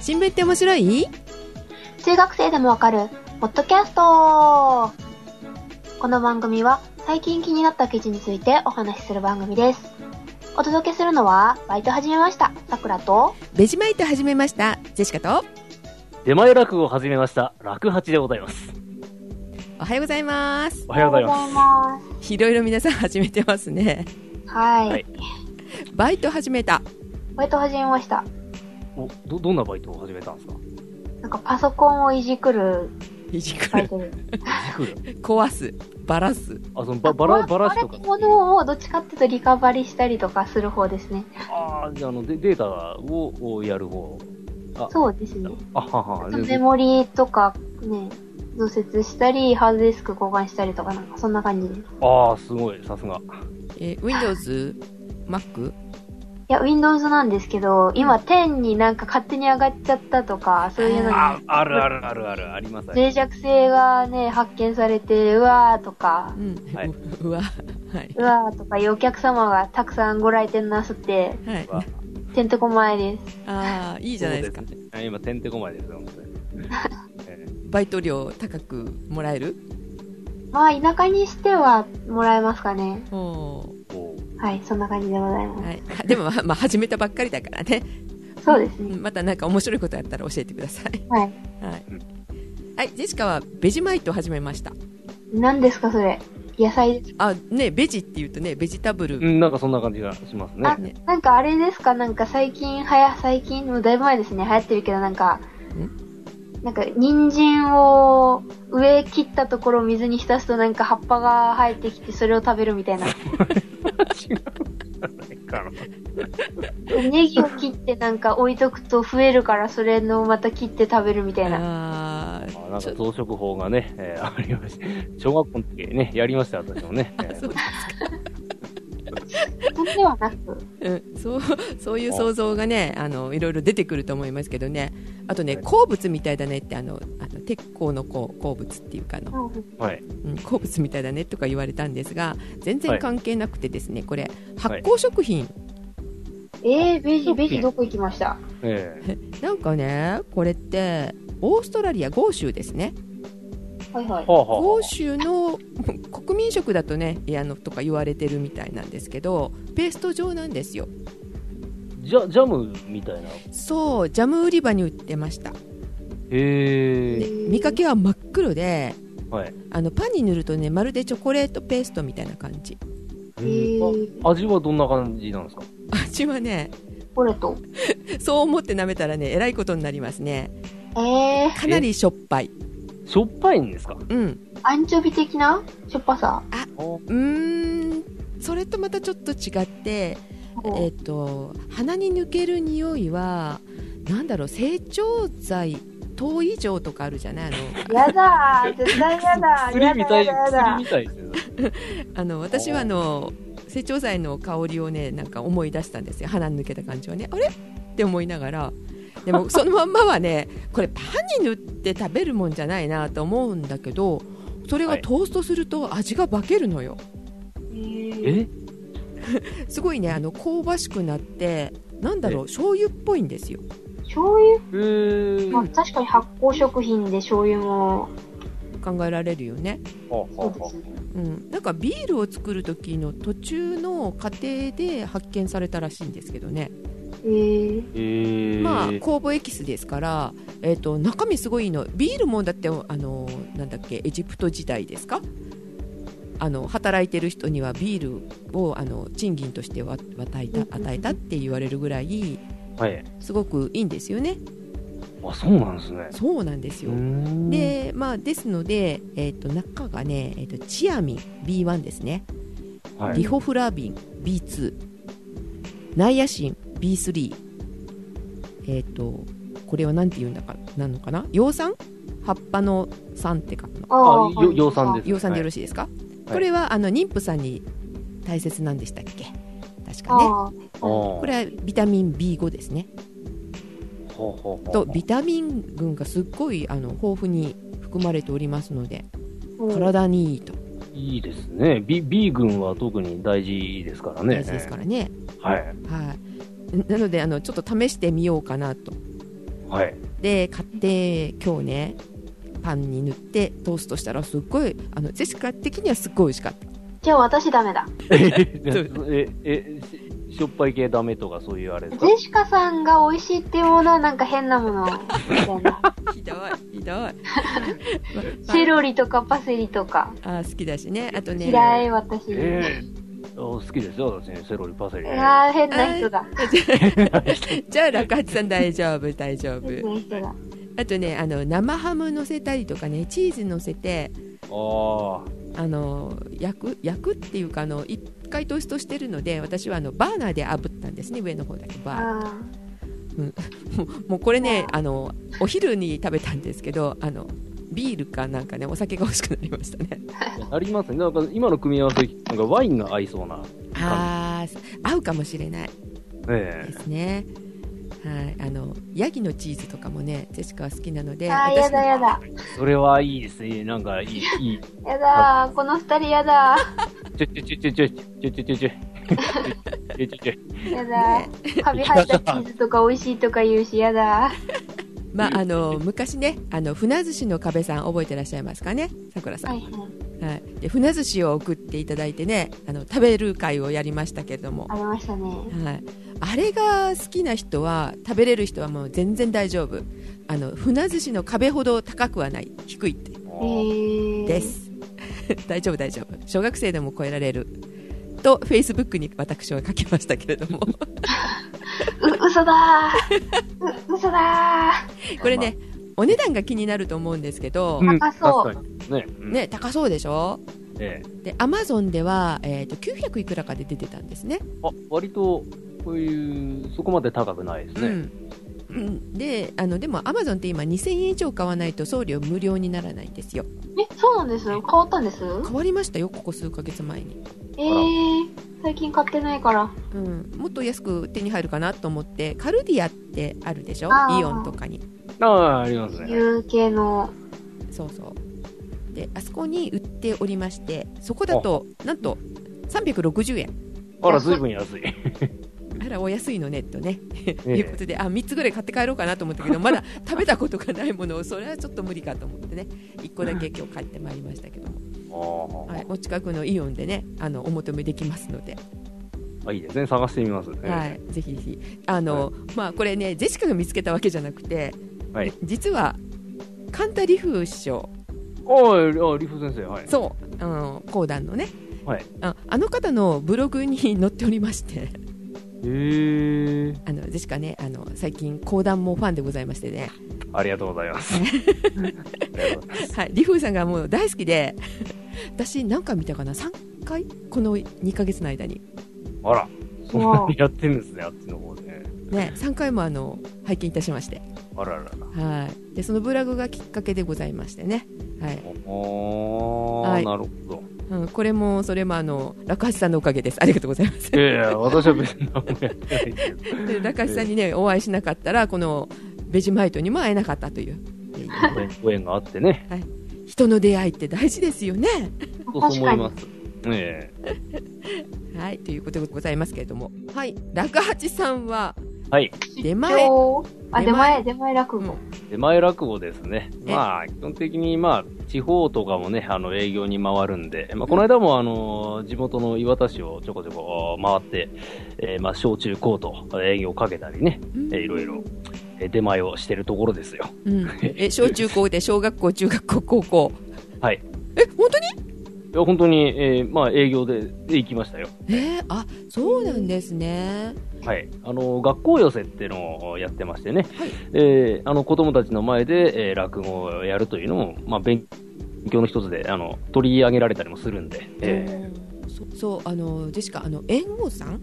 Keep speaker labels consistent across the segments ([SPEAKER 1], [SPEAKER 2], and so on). [SPEAKER 1] 新聞って面白い
[SPEAKER 2] 中学生でもわかる、ポッドキャストこの番組は最近気になった記事についてお話しする番組です。お届けするのは、バイト始めました、さくらと、
[SPEAKER 1] ベジマイト始めましたジェシカと
[SPEAKER 3] 出前落語を始めました、落八でございます。
[SPEAKER 1] おはようございます
[SPEAKER 3] おはようございます。
[SPEAKER 2] おはようございます。
[SPEAKER 1] いろいろ皆さん始めてますね
[SPEAKER 2] はい。
[SPEAKER 3] はい
[SPEAKER 1] バイト始めた
[SPEAKER 2] バイト始めました。
[SPEAKER 3] お、ど、どんなバイトを始めたんですか
[SPEAKER 2] なんかパソコンをいじくる
[SPEAKER 1] いじく
[SPEAKER 2] バイ
[SPEAKER 1] る
[SPEAKER 2] ト です。
[SPEAKER 1] 壊すバラす
[SPEAKER 3] あ、その、ば、ばら、ばらしと
[SPEAKER 2] 壊
[SPEAKER 3] か
[SPEAKER 2] れ。たものをどっちかっていうとリカバリしたりとかする方ですね。
[SPEAKER 3] ああ、じゃあ、あの、でデータを、をやる方。
[SPEAKER 2] そうですね。
[SPEAKER 3] あははで
[SPEAKER 2] メモリとかね、増設したり、ハードディスク交換したりとか、なんかそんな感じです。い
[SPEAKER 3] ああ、すごい、さすが。
[SPEAKER 1] えー Windows、Mac
[SPEAKER 2] や、Windows なんですけど、今10になんか勝手に上がっちゃったとか、そういうの
[SPEAKER 3] あ、あるあるあるある、あります。あります
[SPEAKER 2] 脆弱性がね、発見されて、うわーとか
[SPEAKER 1] う、ん、
[SPEAKER 3] はいう
[SPEAKER 1] わはい、
[SPEAKER 2] うわーとかいうお客様がたくさんご来店なすって、
[SPEAKER 1] はい、
[SPEAKER 3] わ
[SPEAKER 2] てんてこまいです。
[SPEAKER 1] ああいいじゃないですか
[SPEAKER 3] そうねあ今、てんてこまいですよ、本当 に。ええ
[SPEAKER 1] バイト料高くもらえる
[SPEAKER 2] まあ、田舎にしてはもらえますかね。
[SPEAKER 1] おー
[SPEAKER 3] こう
[SPEAKER 2] はい、そんな感じでございます。
[SPEAKER 1] はい、でも、まあ、 始めたばっかりだからね
[SPEAKER 2] そうです
[SPEAKER 1] う
[SPEAKER 2] ね。
[SPEAKER 1] んまたなんか面白いことあったら教えてください
[SPEAKER 2] はい。
[SPEAKER 1] はい、はい、ジェシカはベジマイトを始めました
[SPEAKER 2] 何ですか、それ。野菜です
[SPEAKER 1] あねベジっていうとねベジタブル、
[SPEAKER 3] うん、なんかそん な感じがしますね
[SPEAKER 2] あ。なんかあれですかなんか最近はや、最近、もうだいぶ前ですね、流行ってるけど、なんか、なんか、人参を上切ったところを水に浸すとなんか葉っぱが生えてきて、それを食べるみたい な。
[SPEAKER 3] 違うんじゃないかな。
[SPEAKER 2] ネギを切ってなんか置いとくと増えるから、それのまた切って食べるみたいな。
[SPEAKER 1] あ
[SPEAKER 3] あ
[SPEAKER 1] ー
[SPEAKER 3] なん
[SPEAKER 1] ち
[SPEAKER 3] か
[SPEAKER 1] ょ
[SPEAKER 3] 増殖法がね、えーありました。小学校の時ね、やりましたよ、私も ね。えー
[SPEAKER 1] そう
[SPEAKER 2] そんではなく。
[SPEAKER 1] うん、そう そういう想像がねあのいろいろ出てくると思いますけどねあとね鉱物みたいだねってあのあの鉄鋼の鉱鉱物っていうかあの、
[SPEAKER 3] はい。
[SPEAKER 1] うん、鉱物みたいだねとか言われたんですが全然関係なくてですね、これ発
[SPEAKER 3] い
[SPEAKER 1] 酵食品、
[SPEAKER 2] えー、ベジ、ベジどこ行きました
[SPEAKER 3] ええ
[SPEAKER 1] なんかねこれってオーストラリア豪州ですね
[SPEAKER 2] はいはい。
[SPEAKER 3] はあはあは
[SPEAKER 1] 欧州の 国民食だとねいやあのとか言われてるみたいなんですけどペースト状なんですよ
[SPEAKER 3] あジャジャムみたいな。
[SPEAKER 1] そうジャム売り場に売ってました
[SPEAKER 3] へ
[SPEAKER 1] で
[SPEAKER 3] え。
[SPEAKER 1] 見かけは真っ黒で
[SPEAKER 3] はい。
[SPEAKER 1] あのパンに塗るとねまるでチョコレートペーストみたいな感じ
[SPEAKER 2] えー、
[SPEAKER 3] あ味はどんな感じなんですか
[SPEAKER 1] 味はね
[SPEAKER 2] これと。
[SPEAKER 1] そう思って舐めたらねえらいことになりますね
[SPEAKER 2] えー、
[SPEAKER 1] かなりしょっぱい
[SPEAKER 3] しょっぱいんですか
[SPEAKER 1] うん
[SPEAKER 2] アンチョビ的なしょっぱさ。
[SPEAKER 1] うーんそれとまたちょっと違ってえっ、と鼻に抜ける匂いはなんだろう成長剤糖以上とかあるじゃないあの
[SPEAKER 2] やだー絶対や だー
[SPEAKER 3] 薬みたい、
[SPEAKER 2] やだやだ
[SPEAKER 3] 薬
[SPEAKER 2] や
[SPEAKER 3] み
[SPEAKER 2] だ
[SPEAKER 3] たいですよ。
[SPEAKER 1] あの私はあの成長剤の香りをねなんか思い出したんですよ鼻抜けた感じをねあれって思いながらで もそのまんまはねこれパンに塗って食べるもんじゃないなと思うんだけどそれが
[SPEAKER 3] はい
[SPEAKER 1] トーストすると味が化けるのよ、
[SPEAKER 2] え
[SPEAKER 3] え
[SPEAKER 1] すごいねあの香ばしくなってなんだろう醤油っぽいんですよ
[SPEAKER 2] 醤油、
[SPEAKER 3] えー。
[SPEAKER 2] ま
[SPEAKER 3] は
[SPEAKER 2] あ、確かに発酵食品で醤油も
[SPEAKER 1] 考えられるよね
[SPEAKER 3] あはあ
[SPEAKER 2] そうで
[SPEAKER 3] は
[SPEAKER 2] すね
[SPEAKER 1] うん、なんかビールを作る時の途中の過程で発見されたらしいんですけどね、
[SPEAKER 2] えー、
[SPEAKER 3] えー。
[SPEAKER 1] まあ酵母エキスですから、えー、と中身すごいのビールもだってあのなんだっけエジプト時代ですかあの働いてる人にはビールをあの賃金としてわ与えた
[SPEAKER 2] うんうんうん
[SPEAKER 1] 与えたって言われるぐらい
[SPEAKER 3] はい。
[SPEAKER 1] すごくいいんですよね
[SPEAKER 3] あ、そうなんですね。
[SPEAKER 1] そうなんです
[SPEAKER 3] うー
[SPEAKER 1] よ、
[SPEAKER 3] ん、
[SPEAKER 1] でまあ、ですので、えー、と中がね、えー、とチアミン B1 ですね
[SPEAKER 3] は
[SPEAKER 1] リ
[SPEAKER 3] い。
[SPEAKER 1] ホフラビン B2 ナイアシン B3 えっ、とこれは何て言うんだかなのかな葉酸葉っぱの酸って書くの
[SPEAKER 2] あ
[SPEAKER 3] あ、
[SPEAKER 2] ー
[SPEAKER 3] よ、養酸です、ね。
[SPEAKER 1] 葉酸でよろしいですか、
[SPEAKER 3] い
[SPEAKER 1] これはあの妊婦さんに大切なんでしたっけ確かね
[SPEAKER 2] あー
[SPEAKER 1] これはビタミン B5 ですね
[SPEAKER 3] ほうほうほう
[SPEAKER 1] とビタミン群がすっごいあの豊富に含まれておりますので
[SPEAKER 2] うん
[SPEAKER 1] 体にいいと
[SPEAKER 3] いいですね。B、B 群は特に大事ですからね。
[SPEAKER 1] 大事ですからね
[SPEAKER 3] ら。はい。
[SPEAKER 1] はいなのであのちょっと試してみようかなと
[SPEAKER 3] はい。
[SPEAKER 1] で買って今日ねパンに塗ってトーストしたらすっごいあのジェシカ的にはすっごい美味しかった
[SPEAKER 2] じゃあ私ダメだ。
[SPEAKER 3] え、え、ししょっぱい系ダメとかそういうあれ
[SPEAKER 2] ジ
[SPEAKER 3] ですか
[SPEAKER 2] ェシカさんが美味しいっていうものはなんか変なものみた いな。
[SPEAKER 1] ひどいひどいま
[SPEAKER 2] セロリとかパセリとか。
[SPEAKER 1] ああ好きだしねあとね
[SPEAKER 2] 嫌い、私。
[SPEAKER 3] ええお好きですよ、私ね、セロリ、パセリ。
[SPEAKER 2] ああ、変な人だ。
[SPEAKER 1] じゃあ楽八さん大丈夫大丈夫
[SPEAKER 2] 変な人だ。
[SPEAKER 1] あとねあの生ハム乗せたりとかねチーズ乗せて
[SPEAKER 3] あ
[SPEAKER 1] あの焼く焼くっていうかあの一回トーストしてるので私はあのバーナーで炙ったんですね上の方だけバーナー
[SPEAKER 2] あ
[SPEAKER 1] もうもうこれねあのお昼に食べたんですけどあのビールかなんかねお酒が欲しくなりましたね
[SPEAKER 3] あ。ありますね。なんか今の組み合わせ、なんかワインが合いそうな。
[SPEAKER 1] あー合うかもしれない
[SPEAKER 3] え
[SPEAKER 1] ですねはいあのヤギのチーズとかもねジェシカは好きなの
[SPEAKER 2] ー
[SPEAKER 1] で
[SPEAKER 2] あー、やだ
[SPEAKER 1] の
[SPEAKER 2] やだ。
[SPEAKER 3] えそれはいいですね。なんかいい、いい。
[SPEAKER 2] やだー、この二人やだ
[SPEAKER 3] ちょちょちょちょちょちょちょちょちょ。ちょちょちょ。
[SPEAKER 2] ー。やだー。カビ生えたチーズとか美味しいとか言うし、やだー。
[SPEAKER 1] まああの昔ねあの船寿司の壁さん覚えてらっしゃいますかねさくらさん、は
[SPEAKER 2] は
[SPEAKER 1] いい
[SPEAKER 2] はい。
[SPEAKER 1] で船寿司を送っていただいてねあの食べる会をやりましたけども
[SPEAKER 2] ありましたね。
[SPEAKER 1] はい、あれが好きな人は食べれる人はもう全然大丈夫あの船寿司の壁ほど高くはない低いって
[SPEAKER 2] えー。
[SPEAKER 1] で。す 大丈夫大丈夫小学生でも超えられるとフェイスブックに私は書きましたけれども
[SPEAKER 2] う、嘘だー。う、嘘だ
[SPEAKER 1] これねお値段が気になると思うんですけど、
[SPEAKER 3] うん
[SPEAKER 2] 高そう
[SPEAKER 3] 確かにね。うん。
[SPEAKER 1] ね、高そうでしょ
[SPEAKER 3] ええ
[SPEAKER 1] でアマゾンでは、えー、と900いくらかで出てたんですね、
[SPEAKER 3] あ、割と、こういう、そこまで高くないです
[SPEAKER 1] う
[SPEAKER 3] ね。
[SPEAKER 1] んうん、であのでもアマゾンって今2000円以上買わないと送料無料にならないんですよ
[SPEAKER 2] ー。え、そうなんです変わったんです
[SPEAKER 1] 変わりましたよここ数ヶ月前に
[SPEAKER 2] えー。最近買ってないから。
[SPEAKER 1] うん、もっと安く手に入るかなと思ってカルディアってあるでしょ
[SPEAKER 2] あー
[SPEAKER 1] イオンとかに
[SPEAKER 3] ああ、ありますね。
[SPEAKER 2] 有形の。
[SPEAKER 1] そうそうであそこに売っておりましてそこだとなんと360円
[SPEAKER 3] あら、ずいぶん安い。
[SPEAKER 1] あらお安いのねとね、
[SPEAKER 3] え
[SPEAKER 1] いうことであ3つぐらい買って帰ろうかなと思ったけどま だ食べたことがないものをそれはちょっと無理かと思ってね1個だけ今日買ってまいりましたけども、
[SPEAKER 3] ああ
[SPEAKER 1] はい、お近くのイオンでねあのお求めできますので、
[SPEAKER 3] あ、いいですね。探してみます。ええ
[SPEAKER 1] はい、ぜひぜひあの、まあこれねジェシカが見つけたわけじゃなくて、
[SPEAKER 3] はい
[SPEAKER 1] 実はカンタリフ師匠
[SPEAKER 3] おい、あ、リフ先生、はい。
[SPEAKER 1] そうあの講談のね、
[SPEAKER 3] はい
[SPEAKER 1] ああの方のブログに載っておりまして
[SPEAKER 3] へえ。
[SPEAKER 1] あのジェシカねあの最近講談もファンでございまして ね、
[SPEAKER 3] ありがとうござ います。
[SPEAKER 1] はい、リフーさんがもう大好きで 私何回見たかな3回この2ヶ月の間に、
[SPEAKER 3] あら、そんなにやってるんですね、あっちの方でね。
[SPEAKER 1] ね、3回もあの拝見いたしまして
[SPEAKER 3] あららら。
[SPEAKER 1] はいでそのブログがきっかけでございましてね、はい、
[SPEAKER 3] おー、
[SPEAKER 1] はい
[SPEAKER 3] なるほど。
[SPEAKER 1] うん、これもそれもあの楽橋さんのおかげです。ありがとうござい ます。
[SPEAKER 3] いやいや、私は別に何もやってないけど。
[SPEAKER 1] で楽橋さんにねお会いしなかったらこのベジマイトにも会えなかったという。いやいや
[SPEAKER 3] ご縁 ご縁があってね。
[SPEAKER 1] 人の出会いって大事ですよね。
[SPEAKER 3] そうそう思います。え え
[SPEAKER 1] はいということでございますけれども、はい楽八さんは
[SPEAKER 3] はい。
[SPEAKER 1] 出前
[SPEAKER 2] 今日、あ、
[SPEAKER 1] 出
[SPEAKER 2] 出
[SPEAKER 1] 前
[SPEAKER 2] 前、出前落語。
[SPEAKER 3] 出前落語ですね。
[SPEAKER 1] え
[SPEAKER 3] まあ、基本的に、まあ、地方とかもね、あの、営業に回るんで、まあ、この間も、あの、地元の岩田市をちょこちょこ回って、えーまあ、小中高と営業をかけたりね、
[SPEAKER 1] うん
[SPEAKER 3] えーいろいろ、えー出前をしてるところですよ。
[SPEAKER 1] うん、え小中高 で小学校中学校高校。
[SPEAKER 3] はい。
[SPEAKER 1] え本当に？
[SPEAKER 3] いや、本当に、えーまあ、営業でで行きましたよ。
[SPEAKER 1] えー、あそうなんですね。
[SPEAKER 3] はい。あの、学校寄せってのをやってましてね、
[SPEAKER 1] はい
[SPEAKER 3] えーあの、子供たちの前で、えー落語をやるというのも、まあ、勉強の一つで、あの、取り上げられたりもするんで、え
[SPEAKER 1] そそうあのジェシカあの猿翁さん
[SPEAKER 3] ー、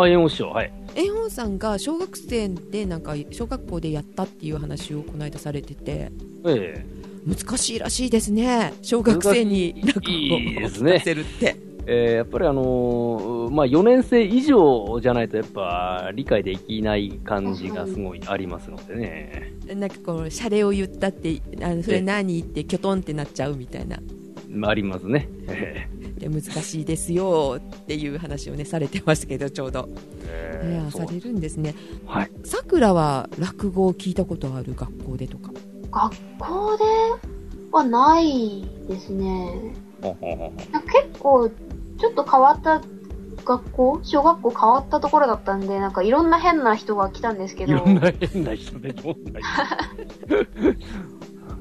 [SPEAKER 3] あ、演語師匠、はい。
[SPEAKER 1] 円本さんが小学生でなんか小学校でやったっていう話をこの間されてて
[SPEAKER 3] え
[SPEAKER 1] 難しいらしいですね小学生に
[SPEAKER 3] 難
[SPEAKER 1] 落語を
[SPEAKER 3] しいで すね
[SPEAKER 1] 聞かせるって、
[SPEAKER 3] ーえーやっぱりあのーまあ、4年生以上じゃないと、やっぱ、理解できない感じがすごいありますのでね。
[SPEAKER 1] なんかこうシャレを言ったってあのそれ何ってきょとんってなっちゃうみたいな
[SPEAKER 3] まあ、ありますね。え
[SPEAKER 1] で難しいですよっていう話をねされてましたけどちょうど、い
[SPEAKER 3] え
[SPEAKER 1] や
[SPEAKER 3] そ
[SPEAKER 1] さ
[SPEAKER 3] う
[SPEAKER 1] れるんですね
[SPEAKER 3] はい。
[SPEAKER 1] さくらは落語を聞いたことある学校でとか
[SPEAKER 2] 学校ではないですね。
[SPEAKER 3] ほんほんほんほん
[SPEAKER 2] なんか結構、ちょっと変わった学校小学校変わったところだったんで、なんかいろんな変な人が来たんですけ
[SPEAKER 3] い
[SPEAKER 2] ど、
[SPEAKER 3] ろんな変な人でどんな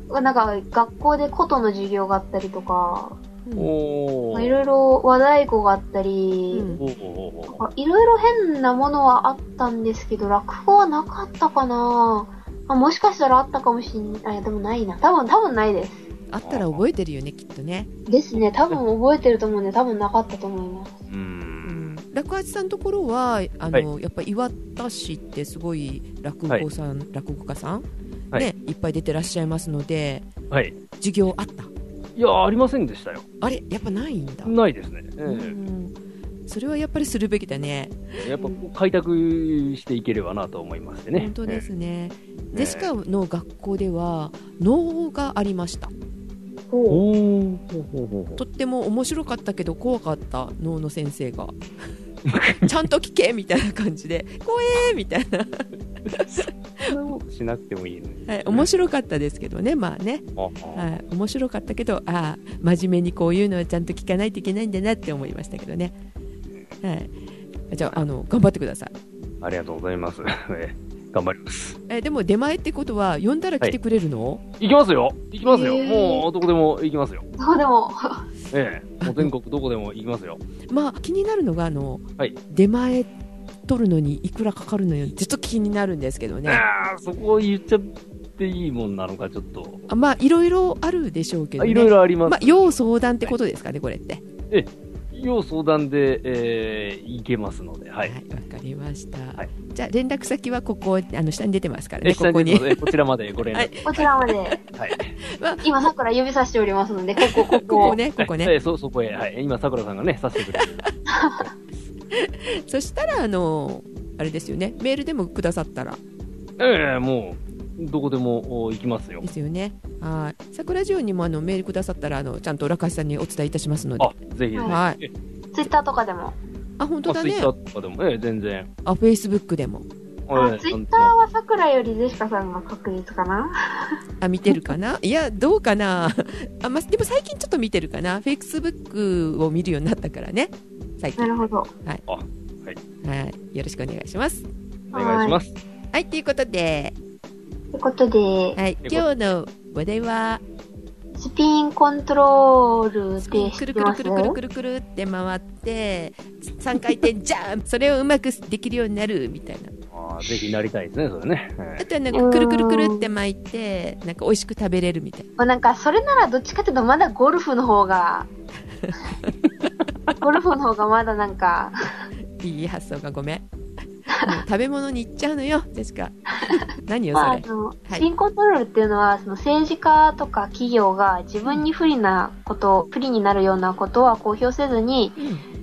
[SPEAKER 3] 人
[SPEAKER 2] なんか学校で琴の授業があったりとか、
[SPEAKER 3] お
[SPEAKER 2] まあ
[SPEAKER 3] ー
[SPEAKER 2] いろいろ和太鼓があったり、
[SPEAKER 1] うん
[SPEAKER 3] おーおーおー
[SPEAKER 2] あいろいろ変なものはあったんですけど、落語はなかったかなあもしかしたらあったかもしんない。あ、でもないな。多分、多分ないです。
[SPEAKER 1] あったら覚えてるよねきっとね、
[SPEAKER 2] ですね。多分覚えてると思うんで、多分なかったと思います。
[SPEAKER 3] うーん。
[SPEAKER 1] 落八さんのところはあの、やっぱり岩田市ってすごい落語さん、落語家さん、
[SPEAKER 3] はい
[SPEAKER 1] ね、いっぱい出てらっしゃいますので
[SPEAKER 3] はい。
[SPEAKER 1] 授業あった
[SPEAKER 3] いや、ありませんでしたよ。
[SPEAKER 1] あれやっぱないんだ、
[SPEAKER 3] ないですね。ええ
[SPEAKER 1] うんそれはやっぱりするべきだね
[SPEAKER 3] やっぱこう開拓していければなと思いましてね。
[SPEAKER 1] 本当ですね、
[SPEAKER 3] え
[SPEAKER 1] ゼシカの学校では能がありました
[SPEAKER 3] ええ。
[SPEAKER 2] お
[SPEAKER 3] おーほうほうほうほう
[SPEAKER 1] とっても面白かったけど怖かった能の先生がちゃんと聞けみたいな感じで怖えみたいな、
[SPEAKER 3] そんなことしなくてもいいのに。
[SPEAKER 1] はい、面白かったですけどねまあね、
[SPEAKER 3] ああ
[SPEAKER 1] はい、面白かったけどああ真面目にこういうのはちゃんと聞かないといけないんだなって思いましたけどね、はい、じゃああの頑張ってください
[SPEAKER 3] ありがとうございます。 ええ頑張ります。
[SPEAKER 1] えでも出前ってことは呼んだら来てくれるの、
[SPEAKER 3] 行きますよ行きますよ、
[SPEAKER 2] ええ
[SPEAKER 3] もうどこでも行きますよ。
[SPEAKER 2] どうでも、
[SPEAKER 3] ええ。もう全国どこでも行きますよ。
[SPEAKER 1] まあ気になるのがあの、
[SPEAKER 3] はい
[SPEAKER 1] 出前取るのにいくらかかるのよちょっと気になるんですけどね
[SPEAKER 3] ああ、そこ言っちゃっていいもんなのか、ちょっと。
[SPEAKER 1] あまあいろいろあるでしょうけど、
[SPEAKER 3] あ
[SPEAKER 1] ね、
[SPEAKER 3] いろいろあります。
[SPEAKER 1] まあ、要相談ってことですかね、これって。
[SPEAKER 3] 要相談で、えー、いけますので、はい。
[SPEAKER 1] わかりました。
[SPEAKER 3] い
[SPEAKER 1] じゃあ、連絡先はここ、あの下に出てますから
[SPEAKER 3] え
[SPEAKER 1] ね、ここに。
[SPEAKER 3] 下えこちらまでご連
[SPEAKER 1] は
[SPEAKER 3] 絡。はいい。
[SPEAKER 2] こちらまで。今、さくら指さしておりますので、ここ、こ
[SPEAKER 1] ここ
[SPEAKER 2] こ。
[SPEAKER 1] ね、ここ
[SPEAKER 3] え
[SPEAKER 1] ね。
[SPEAKER 3] えそ、そこへ、はい。今、さくらさんがね、さしてくれてる。
[SPEAKER 1] そしたら、あの、あれですよね、メールでもくださったら、
[SPEAKER 3] ええもう、どこでもお行きますよ
[SPEAKER 1] で。すよね。はい。桜ジオにもあのメールくださったら、あの、ちゃんと浦川さんにお伝えいたしますので
[SPEAKER 3] あ。、ぜひぜひ。
[SPEAKER 2] は
[SPEAKER 1] はい。
[SPEAKER 2] ツイッターとかでも。
[SPEAKER 1] あ、本当だ
[SPEAKER 3] ツイッ
[SPEAKER 1] ね
[SPEAKER 3] タ。ーとかでも、ええ全然。
[SPEAKER 1] あ、フェイスブックでも。
[SPEAKER 2] あ、
[SPEAKER 3] ええ
[SPEAKER 2] ツイッター
[SPEAKER 3] なん
[SPEAKER 2] はさくらよりジェシカさんが確率かな。
[SPEAKER 1] あ、見てるかないや、どうかなあ、まあ、でも最近ちょっと見てるかなフェイスブックを見るようになったからね。最近
[SPEAKER 2] な。るほど。
[SPEAKER 1] はい。よろしくお願いします。
[SPEAKER 3] でもお願いします。
[SPEAKER 1] はい、ということで、
[SPEAKER 2] ということで、
[SPEAKER 1] はい、
[SPEAKER 3] という
[SPEAKER 1] 今
[SPEAKER 3] こ
[SPEAKER 1] 日の話題は、
[SPEAKER 2] スピンコントロールで知
[SPEAKER 1] く
[SPEAKER 2] っ
[SPEAKER 1] る
[SPEAKER 2] て
[SPEAKER 1] くる
[SPEAKER 2] ま
[SPEAKER 1] く
[SPEAKER 2] す
[SPEAKER 1] るくるくるくるって回って、3回転ジャンプそれをうまくできるようになるみたいな。
[SPEAKER 3] ああぜひなりたいですね、それね。え
[SPEAKER 1] あとはなんかくるくるくるって巻いて、なんか美味しく食べれるみたいな。
[SPEAKER 2] まあなんか、それならどっちかっていうと、まだゴルフの方が、ゴルフの方がまだなんか、
[SPEAKER 1] いい発想がご めん。もう食べ物に行っちゃうのよ、確か。何よ、
[SPEAKER 2] まあ、
[SPEAKER 1] そ
[SPEAKER 2] あ
[SPEAKER 1] れ。
[SPEAKER 2] の、
[SPEAKER 1] い
[SPEAKER 2] スピンコントロールっていうのは、その政治家とか企業が自分に不利なこと、不利になるようなことは公表せずに、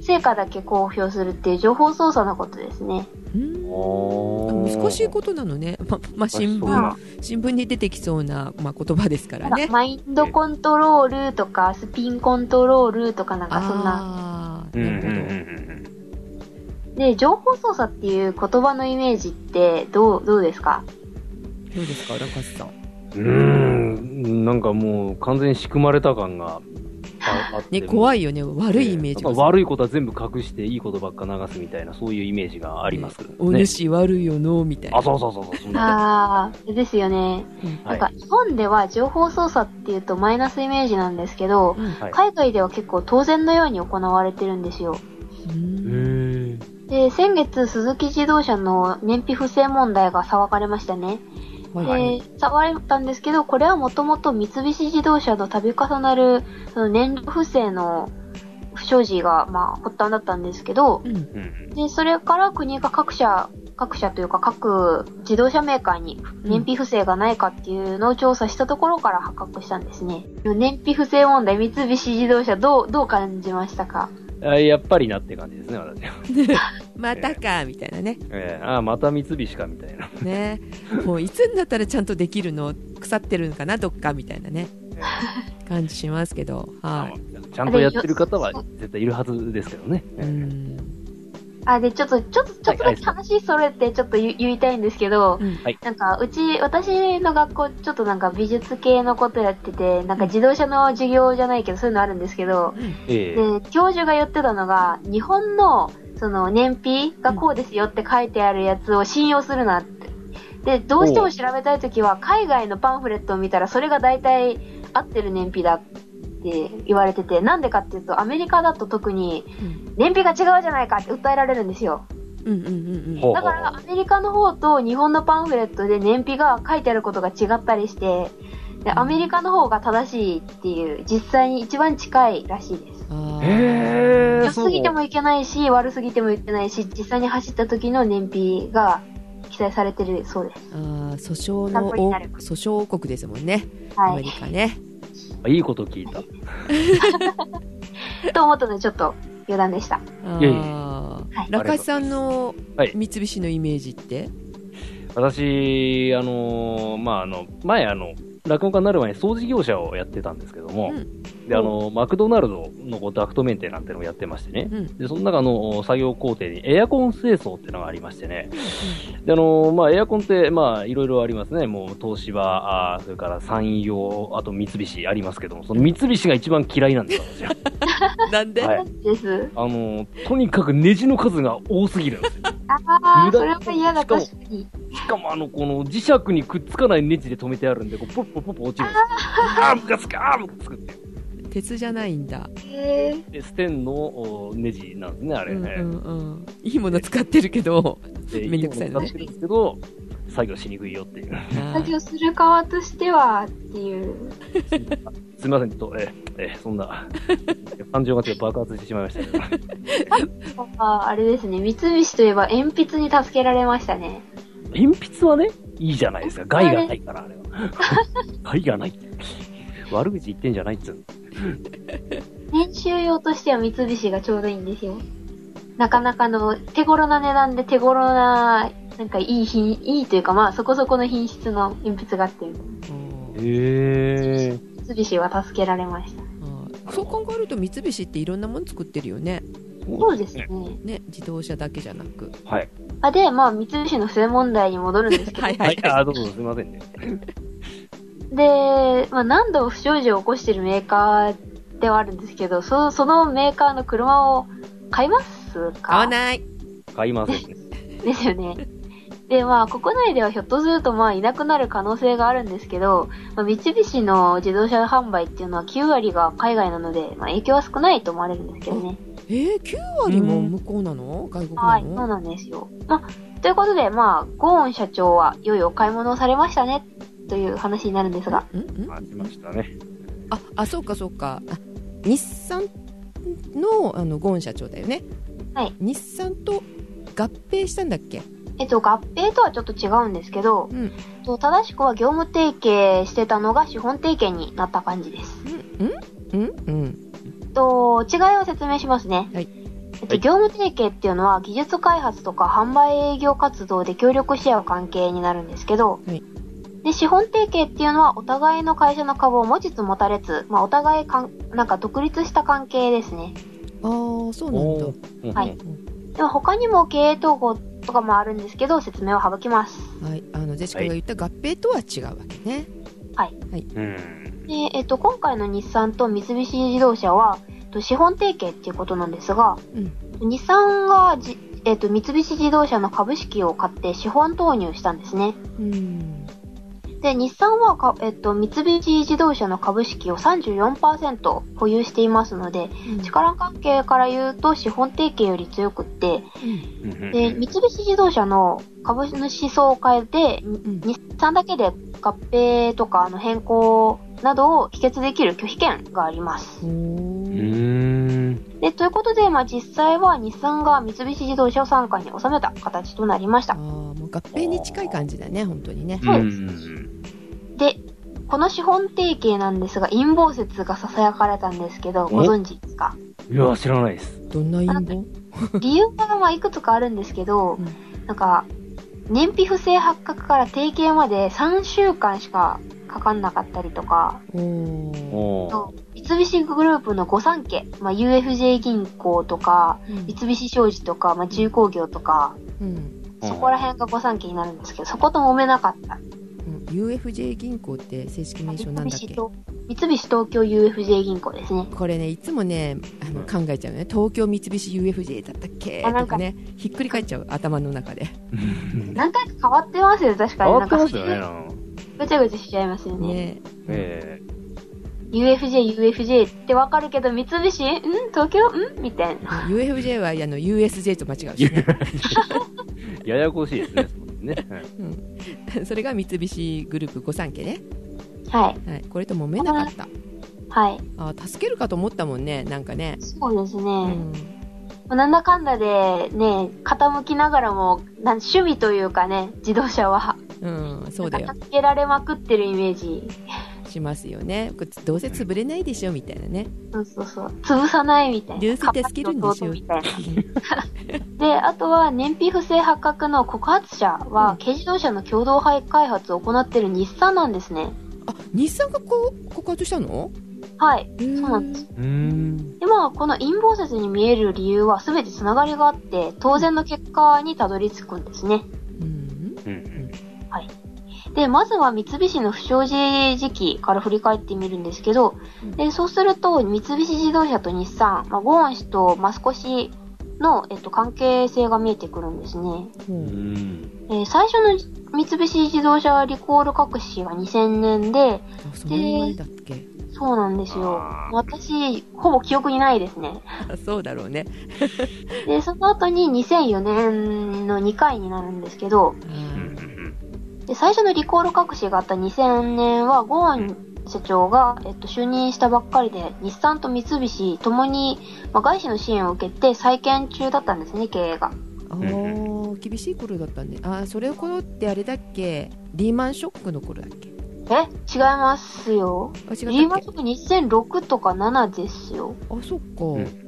[SPEAKER 1] う
[SPEAKER 2] 成果だけ公表するっていう情報操作のことですね。
[SPEAKER 3] え
[SPEAKER 1] ん
[SPEAKER 3] お
[SPEAKER 1] うん。難しいことなのね。ま、まあ、新
[SPEAKER 3] そう
[SPEAKER 1] 聞
[SPEAKER 3] な、
[SPEAKER 1] 新聞に出てきそうな、まあ、言葉ですからね。
[SPEAKER 2] マインドコントロールとか、スピンコントロールとかなんかそんな。
[SPEAKER 1] ああ、
[SPEAKER 3] うんうん
[SPEAKER 1] な
[SPEAKER 3] うん
[SPEAKER 1] るほど。
[SPEAKER 3] うん
[SPEAKER 2] で、情報操作っていう言葉のイメージってどう、どうですか
[SPEAKER 1] どうですか、浦勝さん。
[SPEAKER 3] うーん、なんかもう完全に仕組まれた感がああって。
[SPEAKER 1] ね、怖いよね。悪いイメージ
[SPEAKER 3] な
[SPEAKER 1] が
[SPEAKER 3] ん
[SPEAKER 1] す
[SPEAKER 3] か
[SPEAKER 1] る。
[SPEAKER 3] 悪いことは全部隠していいことばっか流すみたいな、そういうイメージがありますけど
[SPEAKER 1] お
[SPEAKER 3] ね。
[SPEAKER 1] 主悪いよのみたいな
[SPEAKER 3] あ、そうそうそうそう、そんな。
[SPEAKER 2] ああ、ですよね。ない
[SPEAKER 3] は
[SPEAKER 2] んか、日本では情報操作っていうとマイナスイメージなんですけど、
[SPEAKER 1] うん
[SPEAKER 3] はい
[SPEAKER 2] 海外では結構当然のように行われてるんですよ。
[SPEAKER 1] う
[SPEAKER 3] へ
[SPEAKER 1] ん
[SPEAKER 3] ー
[SPEAKER 2] で、先月、鈴木自動車の燃費不正問題が騒がれましたね。
[SPEAKER 1] は
[SPEAKER 3] はい
[SPEAKER 2] で、騒がれたんですけど、これはもともと三菱自動車の度重なる、その燃料不正の不祥事が、まあ、発端だったんですけど、
[SPEAKER 1] うん
[SPEAKER 3] うん。
[SPEAKER 2] で、それから国が各社、各社というか各自動車メーカーに燃費不正がないかっていうのを調査したところから発覚したんですね。燃費不正問題、三菱自動車どう、どう感じましたか
[SPEAKER 3] あやっぱりなって感じですね、私は。
[SPEAKER 1] またかみたいなね
[SPEAKER 3] ええあまた三菱かみたいな。
[SPEAKER 1] ねもういつになったらちゃんとでき るの腐ってるのかなどっかみたいなね感じしますけどは
[SPEAKER 3] あちゃんとやってる方は絶対いるはずですけどね。
[SPEAKER 1] う
[SPEAKER 3] えー
[SPEAKER 1] ん
[SPEAKER 2] あ、で、ちょっと、ちょっと、ちょっとだけ話それてちょっと言い言いたいんですけど、
[SPEAKER 3] はい
[SPEAKER 2] なんか、うち、私の学校、ちょっとなんか美術系のことやってて、なんか自動車の授業じゃないけど、そういうのあるんですけど、で
[SPEAKER 3] えー、
[SPEAKER 2] 教授が言ってたのが、日本の、その、燃費がこうですよって書いてあるやつを信用するなって。で、どうしても調べたいときは、海外のパンフレットを見たら、それが大体合ってる燃費だって言われてて、なんでかっていうと、アメリカだと特に、
[SPEAKER 1] うん
[SPEAKER 2] 燃費が違うじゃないかって訴えられるんですよ。
[SPEAKER 1] うんうんうんうん
[SPEAKER 3] ほうほうほう
[SPEAKER 2] だからアメリカの方と日本のパンフレットで燃費が書いてあることが違ったりしてでアメリカの方が正しいっていう実際に一番近いらしいです
[SPEAKER 1] あー
[SPEAKER 3] えー、
[SPEAKER 2] 良
[SPEAKER 3] そ
[SPEAKER 2] す
[SPEAKER 3] う
[SPEAKER 2] ぎてもいけないし悪すぎてもいけないし実際に走った時の燃費が記載されてるそうです
[SPEAKER 1] あー訴訟
[SPEAKER 2] 参
[SPEAKER 1] の
[SPEAKER 2] 考に
[SPEAKER 1] 王
[SPEAKER 2] なる
[SPEAKER 1] 訴訟王国ですもんね、ア
[SPEAKER 2] は
[SPEAKER 1] メ
[SPEAKER 2] い
[SPEAKER 1] リカね。
[SPEAKER 3] いいこと聞いた。
[SPEAKER 2] と思ったのでちょっと余談でした
[SPEAKER 1] あ
[SPEAKER 3] いえいえ
[SPEAKER 1] ー
[SPEAKER 2] はい
[SPEAKER 1] 中井さんの
[SPEAKER 3] はい
[SPEAKER 1] 三菱のイメージって、
[SPEAKER 3] 私、あのーまあ、あの、前、あの、落語家になる前に掃除業者をやってたんですけども、
[SPEAKER 1] う
[SPEAKER 3] で、あの、マクドナルドのこうダクトメンテなんてのをやってましてね、
[SPEAKER 1] うん
[SPEAKER 3] で、その中の作業工程にエアコン清掃っていうのがありましてね。で、あのまあ、エアコンって、まあ、いろいろありますね。もう、東芝、あーそれから山陽、あと三菱ありますけども、その三菱が一番嫌いなんですよ、私は。
[SPEAKER 1] なんで、
[SPEAKER 3] はい
[SPEAKER 2] です
[SPEAKER 3] あのとにかくネジの数が多すぎるんですよ。
[SPEAKER 2] ああ
[SPEAKER 3] 無
[SPEAKER 2] そ
[SPEAKER 3] 駄
[SPEAKER 2] れは嫌だ
[SPEAKER 3] しかも
[SPEAKER 2] 確かに
[SPEAKER 3] しかも、あの、この磁石にくっつかないネジで止めてあるんで、こう、ポッポッポッポッ落ちるんですよ。あー、ムカつく、あー、ムカつくって。
[SPEAKER 1] 鉄じゃないんだ、
[SPEAKER 2] へえ
[SPEAKER 3] で、ステンのおネジなんですね、あ
[SPEAKER 1] う
[SPEAKER 3] れ
[SPEAKER 1] んう
[SPEAKER 3] ね。
[SPEAKER 1] んうん、いいもの使ってるけど、
[SPEAKER 3] で
[SPEAKER 1] めんどくさいのね
[SPEAKER 3] いいもの使ってるんですけど、作業しにくいよっていう。
[SPEAKER 2] 作業する側としてはっていう
[SPEAKER 3] すみません、ちょっと、えー、えー、そんな、感情がちょっと爆発してしまいましたけど。
[SPEAKER 2] ああれですね三菱といえば鉛筆に助けられましたね
[SPEAKER 3] 鉛筆はね、いいじゃないですか。害がないから、あれは。害がない。悪口言ってんじゃないっつうの
[SPEAKER 2] 練習用としては三菱がちょうどいいんですよ。なかなかの手頃な値段で手頃な、なんかいい品、いいというかまあそこそこの品質の鉛筆があって、
[SPEAKER 1] うん
[SPEAKER 3] へえ。
[SPEAKER 2] 三菱は助けられました。
[SPEAKER 1] うんそう考えると三菱っていろんなもの作ってるよね
[SPEAKER 2] そうですね。。
[SPEAKER 1] ね自動車だけじゃなく
[SPEAKER 3] はい。
[SPEAKER 2] あで、まあ三菱の不正問題に戻るんですけど、
[SPEAKER 1] はいは
[SPEAKER 3] はいい。あー、どうぞすみませんね。
[SPEAKER 2] で、まあ何度も不祥事を起こしてるメーカーではあるんですけど、そそのメーカーの車を買いますか
[SPEAKER 1] 買わない
[SPEAKER 3] 買いませんね。
[SPEAKER 2] ですよね。で、まあ、国内ではひょっとすると、まあ、いなくなる可能性があるんですけど、まあ、三菱の自動車販売っていうのは9割が海外なので、まあ、影響は少ないと思われるんですけどね。
[SPEAKER 1] えー、9割も向こうなの外国
[SPEAKER 2] は、
[SPEAKER 1] ない
[SPEAKER 2] そう
[SPEAKER 1] の、
[SPEAKER 2] なんですよ。まあ、ということで、まあ、ゴーン社長は、良いお買い物をされましたね、という話になるんですが。
[SPEAKER 1] うんうん
[SPEAKER 3] ありましたね。
[SPEAKER 1] ああそうかそうかあ日産のあのゴーン社長だよね
[SPEAKER 2] はい
[SPEAKER 1] 日産と合併したんだっけ
[SPEAKER 2] えっと、合併とはちょっと違うんですけど、
[SPEAKER 1] うん
[SPEAKER 2] と正しくは業務提携してたのが資本提携になった感じです。
[SPEAKER 1] うんうんうん
[SPEAKER 2] えっと、違いを説明しますね。
[SPEAKER 1] はい
[SPEAKER 2] えっ
[SPEAKER 3] は
[SPEAKER 2] と、
[SPEAKER 3] い
[SPEAKER 2] 業務提携っていうのは、技術開発とか販売営業活動で協力し合う関係になるんですけど、
[SPEAKER 1] はい
[SPEAKER 2] で、資本提携っていうのは、お互いの会社の株を持ちつ持たれつ、まあ、お互いかん、なんか独立した関係ですね。
[SPEAKER 1] ああそうなんだ
[SPEAKER 3] おうん
[SPEAKER 2] はいでは、他にも経営統合とかもあるんですけど、説明を省きます。
[SPEAKER 1] はい、あのジェシカが言った合併とは違うわけね。
[SPEAKER 3] うん。
[SPEAKER 2] で、えっと、今回の日産と三菱自動車は、えっと資本提携っていうことなんですが、
[SPEAKER 1] うん
[SPEAKER 2] 日産がじ、えっと、三菱自動車の株式を買って資本投入したんですね。
[SPEAKER 1] うん。
[SPEAKER 2] で、日産はか、えっと、三菱自動車の株式を34%保有していますので、力関係から言うと資本提携より強くって、
[SPEAKER 1] うん
[SPEAKER 3] うんうん
[SPEAKER 2] で、三菱自動車の株主総会で、
[SPEAKER 1] うん
[SPEAKER 2] 日産だけで合併とかあの変更などを否決できる拒否権があります。
[SPEAKER 1] お
[SPEAKER 3] う
[SPEAKER 1] ー
[SPEAKER 3] ーん。
[SPEAKER 2] で、ということで、まあ、実際は日産が三菱自動車を傘下に収めた形となりまし
[SPEAKER 1] ああ
[SPEAKER 2] た。
[SPEAKER 1] もう合併に近い感じだね本当にね。
[SPEAKER 2] そうです
[SPEAKER 3] ん。
[SPEAKER 2] で、この資本提携なんですが、陰謀説が囁かれたんですけど、ご存知ですか
[SPEAKER 3] いや、知らないです。
[SPEAKER 1] どんな陰謀？
[SPEAKER 2] 理由がまあいくつかあるんですけど、なんか、燃費不正発覚から提携まで3週間しかかかんなかったりとか、
[SPEAKER 1] おー
[SPEAKER 3] おー
[SPEAKER 2] そう三菱グループの御三家、まあ、UFJ 銀行とか、
[SPEAKER 1] うん
[SPEAKER 2] 三菱商事とか、まあ、重工業とか、
[SPEAKER 1] うん
[SPEAKER 2] そこら辺が御三家になるんですけど、そこと揉めなかった。
[SPEAKER 1] うん、UFJ 銀行って正式名
[SPEAKER 2] 三
[SPEAKER 1] 称なんだっ
[SPEAKER 2] 菱
[SPEAKER 1] け
[SPEAKER 2] 東三菱東京 UFJ 銀行ですね。
[SPEAKER 1] これねいつもねあの
[SPEAKER 3] うん
[SPEAKER 1] 考えちゃうよね東京三菱 UFJ だったっけ
[SPEAKER 2] あな
[SPEAKER 1] と
[SPEAKER 2] ん
[SPEAKER 1] か
[SPEAKER 2] か
[SPEAKER 1] ねひっくり返っちゃう頭の中で
[SPEAKER 2] 何回か変わってますよ、確か
[SPEAKER 3] 変
[SPEAKER 2] に。
[SPEAKER 3] わってますよね。
[SPEAKER 2] なんか
[SPEAKER 3] なんか
[SPEAKER 2] ぐちゃぐちゃしちゃいますよね。
[SPEAKER 1] ね
[SPEAKER 3] え
[SPEAKER 2] UFJ、UFJ ってわかるけど、三菱ん東京んみたいな。
[SPEAKER 1] UFJ はあの USJ と間違うし、 ね、
[SPEAKER 3] えややこしいですね。そうですねはい
[SPEAKER 1] それが三菱グループ御三家ね、
[SPEAKER 2] はい。
[SPEAKER 1] はい、これと揉めなかった
[SPEAKER 2] はい。
[SPEAKER 1] あー助けるかと思ったもんねなんかね、
[SPEAKER 2] そうですね。
[SPEAKER 1] うん
[SPEAKER 2] なんだかんだで、ね、傾きながらも、なん趣味というかね、自動車は。
[SPEAKER 1] うん、そうだよ
[SPEAKER 2] なんか助けられまくってるイメージ。
[SPEAKER 1] しますよねこれどうせ潰れないでしょみたいなね
[SPEAKER 2] そうそうそう。潰さないみたいな。
[SPEAKER 1] どうせ助けるんでしょ
[SPEAKER 2] カッパの弟みたいな。で、あとは燃費不正発覚の告発者
[SPEAKER 1] うん
[SPEAKER 2] は、軽自動車の共同開発を行ってる日産なんですね。
[SPEAKER 1] あ日産がこう告発したの
[SPEAKER 2] はい。
[SPEAKER 1] そう
[SPEAKER 2] なんです
[SPEAKER 3] うーん。
[SPEAKER 2] で、まあ、この陰謀説に見える理由は全てつながりがあって、当然の結果にたどり着くんですね。
[SPEAKER 1] うん
[SPEAKER 3] うん
[SPEAKER 2] で、まずは三菱の不祥事時期から振り返ってみるんですけど
[SPEAKER 1] うん、
[SPEAKER 2] でそうすると三菱自動車と日産、まあ、ゴーン氏とマスコ氏の、えっと、関係性が見えてくるんですね。
[SPEAKER 1] う
[SPEAKER 3] うんん。
[SPEAKER 2] えー最初の三菱自動車リコール革新は2000年で、
[SPEAKER 1] あその前だっけ
[SPEAKER 2] そうなんですよ
[SPEAKER 3] あ。ー
[SPEAKER 2] 私、ほぼ記憶にないで すね。
[SPEAKER 1] あそうだろうね
[SPEAKER 2] で、その後に2004年の2回になるんですけど、
[SPEAKER 1] あ
[SPEAKER 3] うんう
[SPEAKER 1] ー
[SPEAKER 3] ん
[SPEAKER 2] で最初のリコール隠しがあった2000年はゴーン社長が、えっと、就任したばっかりで日産と三菱ともに、まあ、外資の支援を受けて再建中だったんですね経営が
[SPEAKER 1] あー厳しい頃だったんであーそれを頃ってあれだっけリーマンショックの頃だっけ
[SPEAKER 2] え違いますよ
[SPEAKER 1] あ違
[SPEAKER 2] リー
[SPEAKER 1] っ
[SPEAKER 2] マ
[SPEAKER 1] た
[SPEAKER 2] ン
[SPEAKER 1] っ
[SPEAKER 2] シ
[SPEAKER 1] け
[SPEAKER 2] ョック2006とか7ですよ
[SPEAKER 1] あそっか、
[SPEAKER 3] ん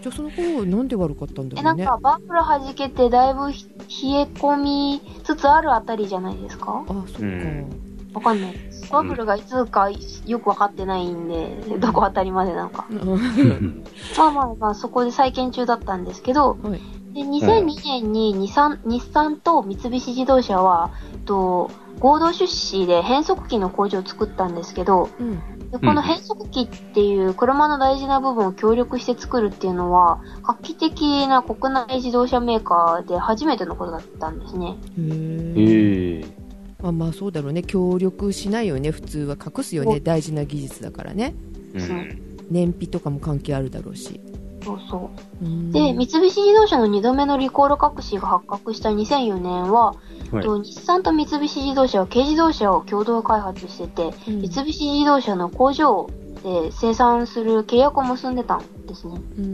[SPEAKER 1] じゃあその頃なんで悪かったんだろ
[SPEAKER 2] えな
[SPEAKER 1] うんね
[SPEAKER 2] かバープラ弾けてだいぶひ冷え込みつつあるあたりじゃないですか
[SPEAKER 1] あそっか、
[SPEAKER 3] うん
[SPEAKER 2] わかんないですバブルがいつかよくわかってないんでどこあたりまでなのか
[SPEAKER 1] うん
[SPEAKER 3] うん。
[SPEAKER 2] まあまあまあそこで再建中だったんですけど、
[SPEAKER 1] はい
[SPEAKER 2] で2002年に日産日産と三菱自動車はえっと合同出資で変速機の工場を作ったんですけど
[SPEAKER 1] うん
[SPEAKER 2] でこの変速機っていう車の大事な部分を協力して作るっていうのは画期的な国内自動車メーカーで初めてのことだったんですね。
[SPEAKER 1] へえ
[SPEAKER 3] ええ。
[SPEAKER 1] あまあそうだろうね協力しないよね普通は隠すよね
[SPEAKER 2] お
[SPEAKER 1] 大事な技術だからね
[SPEAKER 3] うん
[SPEAKER 1] 燃費とかも関係あるだろうし
[SPEAKER 2] そうそう
[SPEAKER 1] うん
[SPEAKER 2] で、三菱自動車の2度目のリコール隠しが発覚した2004年は、
[SPEAKER 3] はい
[SPEAKER 2] と日産と三菱自動車は軽自動車を共同開発してて、
[SPEAKER 1] うん
[SPEAKER 2] 三菱自動車の工場で生産する契約を結んでたんですね。
[SPEAKER 1] う
[SPEAKER 3] うん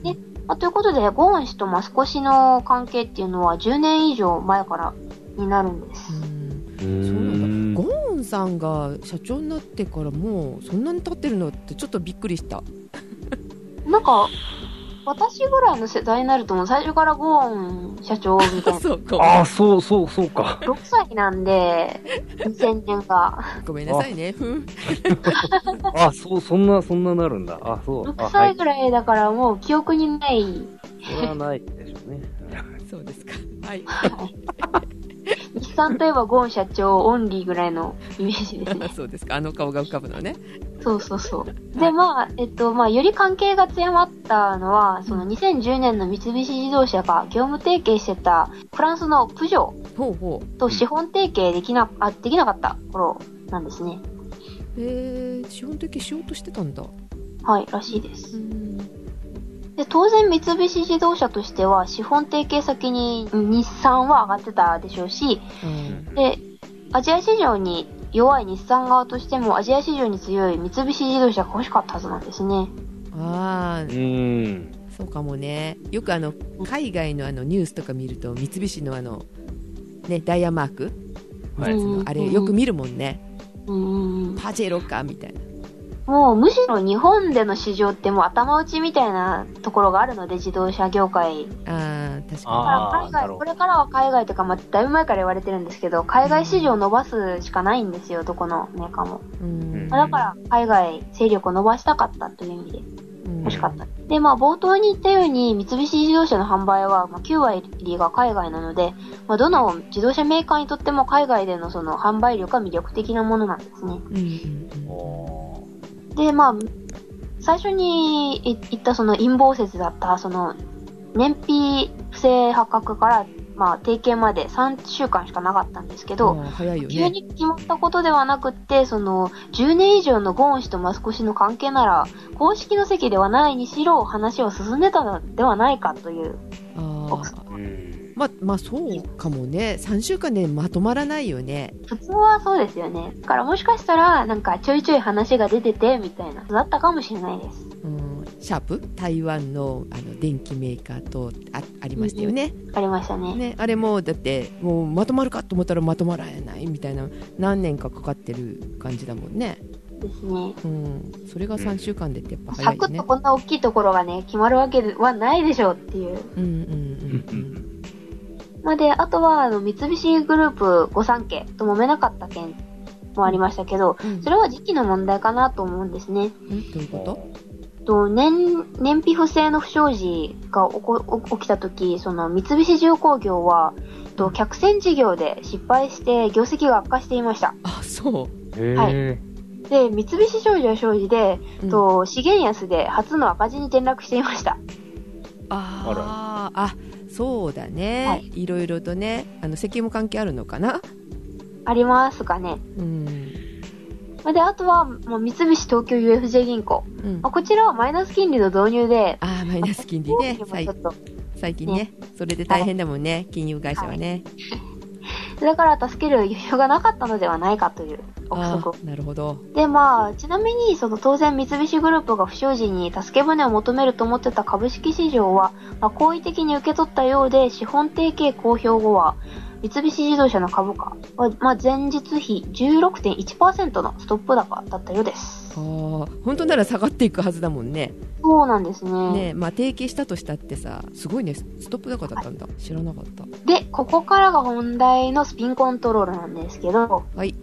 [SPEAKER 3] ん。
[SPEAKER 2] ねまあ、ということで、ゴーン氏とマスコ氏の関係っていうのは10年以上前からになるんです。
[SPEAKER 1] うん
[SPEAKER 3] そう
[SPEAKER 1] そうなんだゴーンさんが社長になってからもうそんなに経ってるのってちょっとびっくりした
[SPEAKER 2] なんか、私ぐらいの世代になるともう最初からゴーン社長みたい な。
[SPEAKER 1] そう
[SPEAKER 3] あ
[SPEAKER 1] か
[SPEAKER 3] あ、そうそうそうか。
[SPEAKER 2] 6歳なんで、2000年が。
[SPEAKER 1] ごめんなさいねふん
[SPEAKER 3] あそう、そんな、そんななるんだ。あそう。あ
[SPEAKER 2] 6
[SPEAKER 3] は
[SPEAKER 2] 歳
[SPEAKER 3] い。
[SPEAKER 2] ぐらいだからもう記憶にない。
[SPEAKER 3] それはないでしょうね。
[SPEAKER 1] そうですかはい
[SPEAKER 2] 日産といえばゴーン社長オンリーぐらいのイメージですね。
[SPEAKER 1] そうですかあの顔が浮かぶのね
[SPEAKER 2] そうそうそう。で、まあ、えっと、まあ、より関係が強まったのは、その2010年の三菱自動車が業務提携してたフランスのプジョー
[SPEAKER 1] ほうほう
[SPEAKER 2] と資本提携できな、あ、できなかった頃なんですね。
[SPEAKER 1] えー、資本的しようとしてたんだ
[SPEAKER 2] はい、らしいです。
[SPEAKER 1] ん
[SPEAKER 2] で、当然三菱自動車としては、資本提携先に日産は上がってたでしょうし、で、アジア市場に弱い日産側としても、アジア市場に強い三菱自動車が欲しかったはずなんですね。
[SPEAKER 1] ああ
[SPEAKER 3] うん。
[SPEAKER 1] そうかもねよくあの海外のあのニュースとか見ると三菱のあの、ね、ダイヤマーク
[SPEAKER 3] はい。
[SPEAKER 2] うん
[SPEAKER 1] あれよく見るもんね
[SPEAKER 2] うんうんうん。
[SPEAKER 1] パジェロかみたいな
[SPEAKER 2] もうむしろ日本での市場ってもう頭打ちみたいなところがあるので自動車業界
[SPEAKER 1] あー確か
[SPEAKER 3] あー
[SPEAKER 2] 海
[SPEAKER 3] な
[SPEAKER 2] 外
[SPEAKER 3] るほど
[SPEAKER 2] これからは海外とか、まあ、だいぶ前から言われてるんですけど海外市場を伸ばすしかないんですよどこのメーカーも、
[SPEAKER 1] に。うん
[SPEAKER 2] まあだから海外勢力を伸ばしたかったという意味で欲しかった、でまあ冒頭に言ったように三菱自動車の販売は、まあ、9割が海外なので、まあ、どの自動車メーカーにとっても海外でのその販売力が魅力的なものなんですね
[SPEAKER 1] うんうん
[SPEAKER 3] お
[SPEAKER 2] でまあ最初にい言ったその陰謀説だったその燃費不正発覚から、まあ、提携まで3週間しかなかったんですけど、
[SPEAKER 1] まあ早いよ
[SPEAKER 2] 急
[SPEAKER 1] ね。
[SPEAKER 2] に決まったことではなくって、その、10年以上のゴーン氏とマスコ氏の関係なら、公式の席ではないにしろ、話を進んでたのではないかという。
[SPEAKER 1] あー
[SPEAKER 3] ーうん
[SPEAKER 1] まあまあそうかもね。三週間でまとまらないよね。
[SPEAKER 2] 普通はそうですよね。だからもしかしたら、なんかちょいちょい話が出てて、みたいな、だったかもしれないです。
[SPEAKER 1] うんシャープ台湾のあの電機メーカーとあありましたよね
[SPEAKER 2] わかりましたね。
[SPEAKER 1] ねあれもだってもうまとまるかと思ったらまとまらないみたいな何年かかかってる感じだもんね、
[SPEAKER 2] ですね。
[SPEAKER 1] うん、それが3週間でってやっぱ早
[SPEAKER 2] サ
[SPEAKER 1] い
[SPEAKER 2] ク
[SPEAKER 1] よ
[SPEAKER 2] ッ
[SPEAKER 1] ね
[SPEAKER 2] と、こんな大きいところがね、決まるわけはないでしょうっていう。
[SPEAKER 1] うんうんう
[SPEAKER 3] うんうん
[SPEAKER 1] うん、
[SPEAKER 3] ん
[SPEAKER 2] まあで、あとは、あの、三菱グループ御三家と揉めなかった件もありましたけど、
[SPEAKER 1] うん
[SPEAKER 2] それは時期の問題かなと思うんですね。
[SPEAKER 1] うんどういうこと
[SPEAKER 2] えっと燃燃費不正の不祥事が起こ起きた時その三菱重工業は、えっと、客船事業で失敗して業績が悪化していました
[SPEAKER 1] あそう、
[SPEAKER 3] へ
[SPEAKER 2] はい
[SPEAKER 3] え
[SPEAKER 2] で三菱商事は商事で、え
[SPEAKER 1] うん
[SPEAKER 2] っと資源安で初の赤字に転落していました
[SPEAKER 1] あーあそうだね、、
[SPEAKER 2] はい
[SPEAKER 1] ろいろとねあの石油も関係あるのかな、
[SPEAKER 2] ありますかね
[SPEAKER 1] うん
[SPEAKER 2] まあであとは、まあ、三菱東京 UFJ 銀行、
[SPEAKER 1] うん、
[SPEAKER 2] まあ、こちらはマイナス金利の導入で
[SPEAKER 1] あーマイナス金利ね
[SPEAKER 2] もち
[SPEAKER 1] さい
[SPEAKER 2] ょっと
[SPEAKER 1] 最近ねそれで大変だもんね金融会社はね、
[SPEAKER 2] だから助ける余裕がなかったのではないかという憶
[SPEAKER 1] あ
[SPEAKER 2] 測を
[SPEAKER 1] ーなるほど
[SPEAKER 2] で、まあ、ちなみに、その当然三菱グループが不祥事に助け舟を求めると思ってた株式市場は、まあ、好意的に受け取ったようで、資本提携公表後は、三菱自動車の株価は、まあ、前日比16.1%のストップ高だったようです。
[SPEAKER 1] ああ本当なら下がっていくはずだもんね
[SPEAKER 2] そうなんですね。
[SPEAKER 1] ねまあ提携したとしたってさすごいねスストップ高だったんだ知らなかった
[SPEAKER 2] で、ここからが本題のスピンコントロールなんですけど、
[SPEAKER 1] はい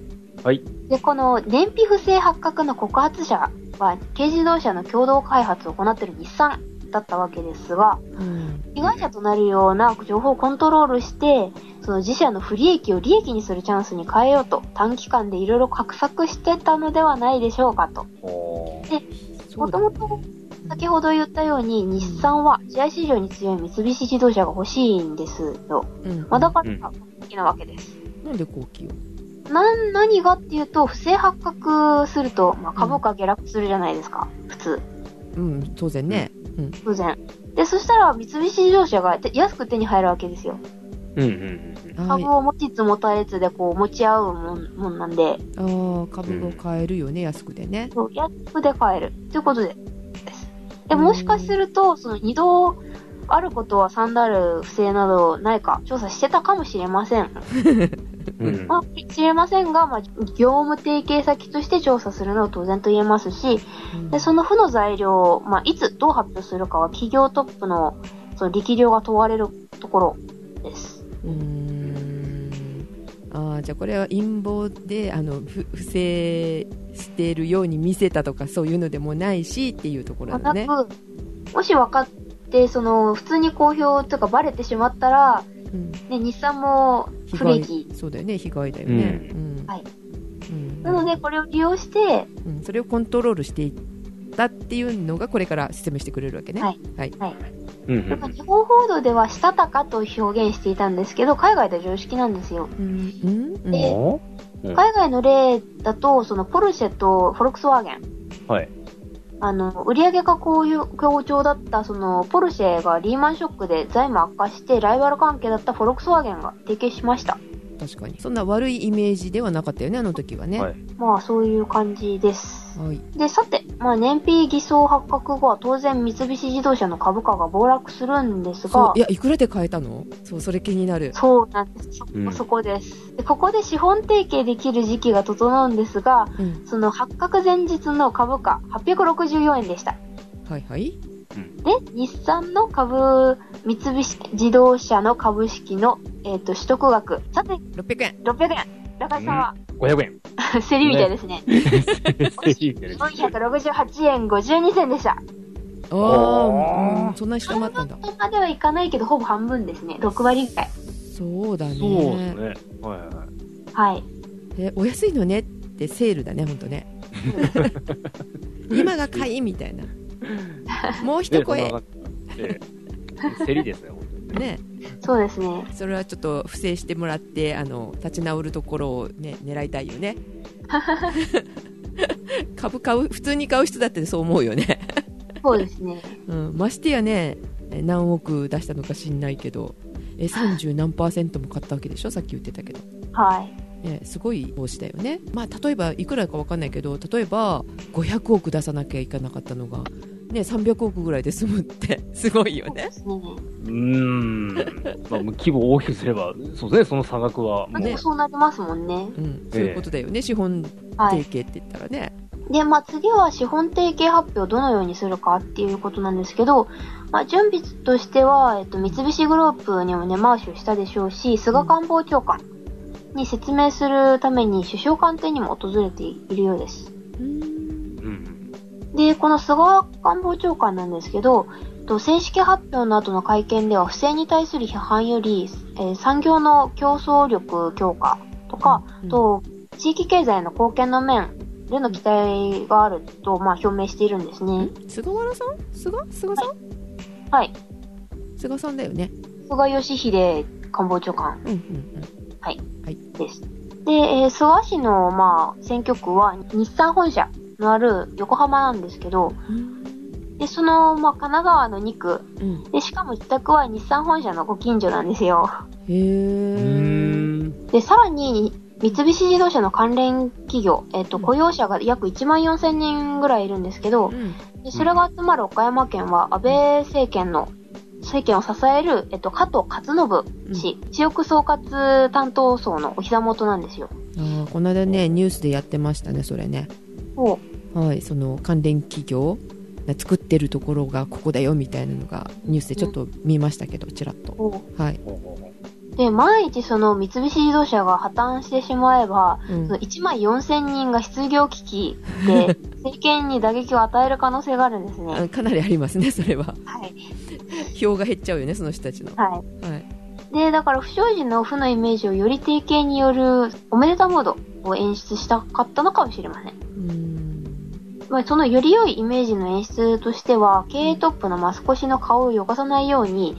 [SPEAKER 3] はい
[SPEAKER 2] で、この燃費不正発覚の告発者は、軽自動車の共同開発を行っている日産だったわけですが、
[SPEAKER 1] うん
[SPEAKER 2] 被害者となるような情報をコントロールして、その自社の不利益を利益にするチャンスに変えようと、短期間でいろいろ画策してたのではないでしょうかと。
[SPEAKER 3] おー
[SPEAKER 1] そうだね
[SPEAKER 2] もとも先ほど言ったように、日産は試合市場に強い三菱自動車が欲しいんですよ。
[SPEAKER 1] うん
[SPEAKER 2] まあ、だから
[SPEAKER 3] うん、
[SPEAKER 2] 好きなわけです。
[SPEAKER 1] なんで高級
[SPEAKER 2] なん、何がっていうと、不正発覚すると、まあ、株価下落するじゃないですか、普通。
[SPEAKER 1] うん当然ね
[SPEAKER 2] 当然。で、そしたら三菱自動車が安く手に入るわけですよ。
[SPEAKER 3] うんうんうん
[SPEAKER 1] はい
[SPEAKER 2] 株を持ちつ持たれつでこう持ち合うもんもんなんで、
[SPEAKER 1] あー株を買えるよね安くでね
[SPEAKER 2] そう安くで買えるということでです。でもしかすると、その2度あることは3なる不正などないか調査してたかもしれません。
[SPEAKER 3] うんうん
[SPEAKER 2] まあ、知れませんが、まあ、業務提携先として調査するのは当然と言えますし、
[SPEAKER 1] うん
[SPEAKER 2] でその負の材料を、まあ、いつどう発表するかは企業トップのその力量が問われるところです。
[SPEAKER 1] うーんあーじゃあこれは陰謀であのふ不正しているように見せたとかそういうのでもないしっていうところだね
[SPEAKER 2] なく、もし分かって、その、普通に公表とかバレてしまったら、
[SPEAKER 1] うん
[SPEAKER 2] ね、日産も
[SPEAKER 1] 被
[SPEAKER 2] 不利
[SPEAKER 1] 害
[SPEAKER 2] 益。
[SPEAKER 1] そうだよね被害だよね、
[SPEAKER 3] う
[SPEAKER 1] うん
[SPEAKER 2] はい
[SPEAKER 1] うん
[SPEAKER 2] なので、これを利用して、
[SPEAKER 1] うん、それをコントロールしていったっていうのがこれから説明してくれるわけね。
[SPEAKER 2] はい
[SPEAKER 1] はい
[SPEAKER 3] うんう
[SPEAKER 2] なんか
[SPEAKER 3] ん
[SPEAKER 2] 日本報道では、したたかと表現していたんですけど、海外では常識なんですよ。
[SPEAKER 1] うんうん
[SPEAKER 2] で
[SPEAKER 3] お
[SPEAKER 2] 海外の例だと、その、ポルシェとフォルクスワーゲン。
[SPEAKER 3] はい
[SPEAKER 2] あの、売上がこういう強調だった、その、ポルシェがリーマンショックで財務悪化して、ライバル関係だったフォルクスワーゲンが提携しました。
[SPEAKER 1] 確かにそんな悪いイメージではなかったよねあの時はね。
[SPEAKER 3] はい
[SPEAKER 2] まあ、そういう感じです。
[SPEAKER 1] はい
[SPEAKER 2] で、さて、まあ、燃費偽装発覚後は当然三菱自動車の株価が暴落するんで
[SPEAKER 1] そ
[SPEAKER 2] すが
[SPEAKER 1] うい、やいくらで買えたのそうそれ気になる。
[SPEAKER 2] そうなんです。そこ、
[SPEAKER 3] うん
[SPEAKER 2] そこですで。ここで資本提携できる時期が整うんですが、
[SPEAKER 1] うん
[SPEAKER 2] その発覚前日の株価864円でした。
[SPEAKER 1] はいはい。
[SPEAKER 2] で、日産の株三菱自動車の株式の、えっ、と、取得額、さて、
[SPEAKER 1] 600円
[SPEAKER 2] 600円。中井さんは、
[SPEAKER 3] 500円。
[SPEAKER 2] 競りみたいですね。
[SPEAKER 3] 400
[SPEAKER 2] 468円52銭でした。
[SPEAKER 1] お
[SPEAKER 3] おー
[SPEAKER 1] お、うんそんなに下回ったんだ
[SPEAKER 2] 半分まではいかないけど、ほぼ半分ですね。6割ぐらい。
[SPEAKER 1] そうだね
[SPEAKER 3] そうですね。はいは
[SPEAKER 2] はい。
[SPEAKER 1] えお安いのねってセールだね本当ね今が買いみたいなもう
[SPEAKER 3] い。で
[SPEAKER 1] 一声
[SPEAKER 3] そんな感じで競りですね、本当にね。
[SPEAKER 1] ね
[SPEAKER 2] そうですね。
[SPEAKER 1] それはちょっと不正してもらってあの立ち直るところを、ね、狙いたいよね株買う普通に買う人だってそう思うよね、
[SPEAKER 2] そうですね。
[SPEAKER 1] うん、ましてやねえ何億出したのか知んないけどえ30何パーセントも買ったわけでしょさっき言ってたけど、
[SPEAKER 2] はい。
[SPEAKER 1] ね、すごい投資だよね、まあ、例えばいくらか分かんないけど例えば500億出さなきゃいけなかったのが、ね、300億ぐらいで済むってすごいよ
[SPEAKER 2] そう
[SPEAKER 1] ね
[SPEAKER 2] ですね。
[SPEAKER 3] うーん。まあ、規模を大きくすれば、そうですね、その差額はも
[SPEAKER 2] まあ、
[SPEAKER 3] う。
[SPEAKER 2] でもそうなりますもんね。
[SPEAKER 1] うん、そういうことだよね、資本
[SPEAKER 2] は
[SPEAKER 1] 提
[SPEAKER 2] い。
[SPEAKER 1] 携って言ったらね、
[SPEAKER 2] で、まあ次は資本提携発表をどのようにするかっていうことなんですけど、まあ準備としては、えっと、三菱グループにも根回しをしたでしょうし、菅官房長官に説明するために首相官邸にも訪れているようです。
[SPEAKER 1] うん
[SPEAKER 3] うん。
[SPEAKER 2] で、この菅官房長官なんですけど、と正式発表の後の会見では不正に対する批判より、えー産業の競争力強化とか、
[SPEAKER 1] うん
[SPEAKER 2] と地域経済の貢献の面での期待があると、まあ、表明しているんですね。
[SPEAKER 1] 菅原さん菅菅さん、
[SPEAKER 2] はい。
[SPEAKER 1] 菅さんだよね
[SPEAKER 2] 菅義偉官房長官
[SPEAKER 1] うんうん
[SPEAKER 2] です。で、えー菅氏の、まあ、選挙区は日産本社のある横浜なんですけど、
[SPEAKER 1] うん
[SPEAKER 2] で、その、まあ、神奈川の2区、
[SPEAKER 1] うん
[SPEAKER 2] で、しかも自宅は日産本社のご近所なんですよ。
[SPEAKER 1] へえ
[SPEAKER 2] で、さらに、三菱自動車の関連企業、えっ、と、
[SPEAKER 1] うん
[SPEAKER 2] 雇用者が約1万4000人ぐらいいるんですけど、でそれが集まる岡山県は安倍政権の、政権を支える、えっと、加藤勝信氏、一億総括担当層のお膝元なんですよ。
[SPEAKER 1] あーこの間ねニュースでやってましたねそれね
[SPEAKER 2] お
[SPEAKER 1] はいその関連企業が作ってるところがここだよみたいなのがニュースでちょっと見ましたけどちらっと
[SPEAKER 2] お
[SPEAKER 1] はい、
[SPEAKER 3] ほうほうほ
[SPEAKER 2] で、万一その三菱自動車が破綻してしまえば、
[SPEAKER 1] うん
[SPEAKER 2] その1万4000人が失業危機で、政権に打撃を与える可能性があるんですね。
[SPEAKER 1] あかなりありますねそれは
[SPEAKER 2] はい。
[SPEAKER 1] 票が減っちゃうよねその人たちの、は
[SPEAKER 2] はい。
[SPEAKER 1] い、
[SPEAKER 2] で、だから不祥事の負のイメージをより定型によるおめでたモードを演出したかったのかもしれません。
[SPEAKER 1] うーん
[SPEAKER 2] まあ、そのより良いイメージの演出としては、経営トップのマスコシの顔を汚さないように、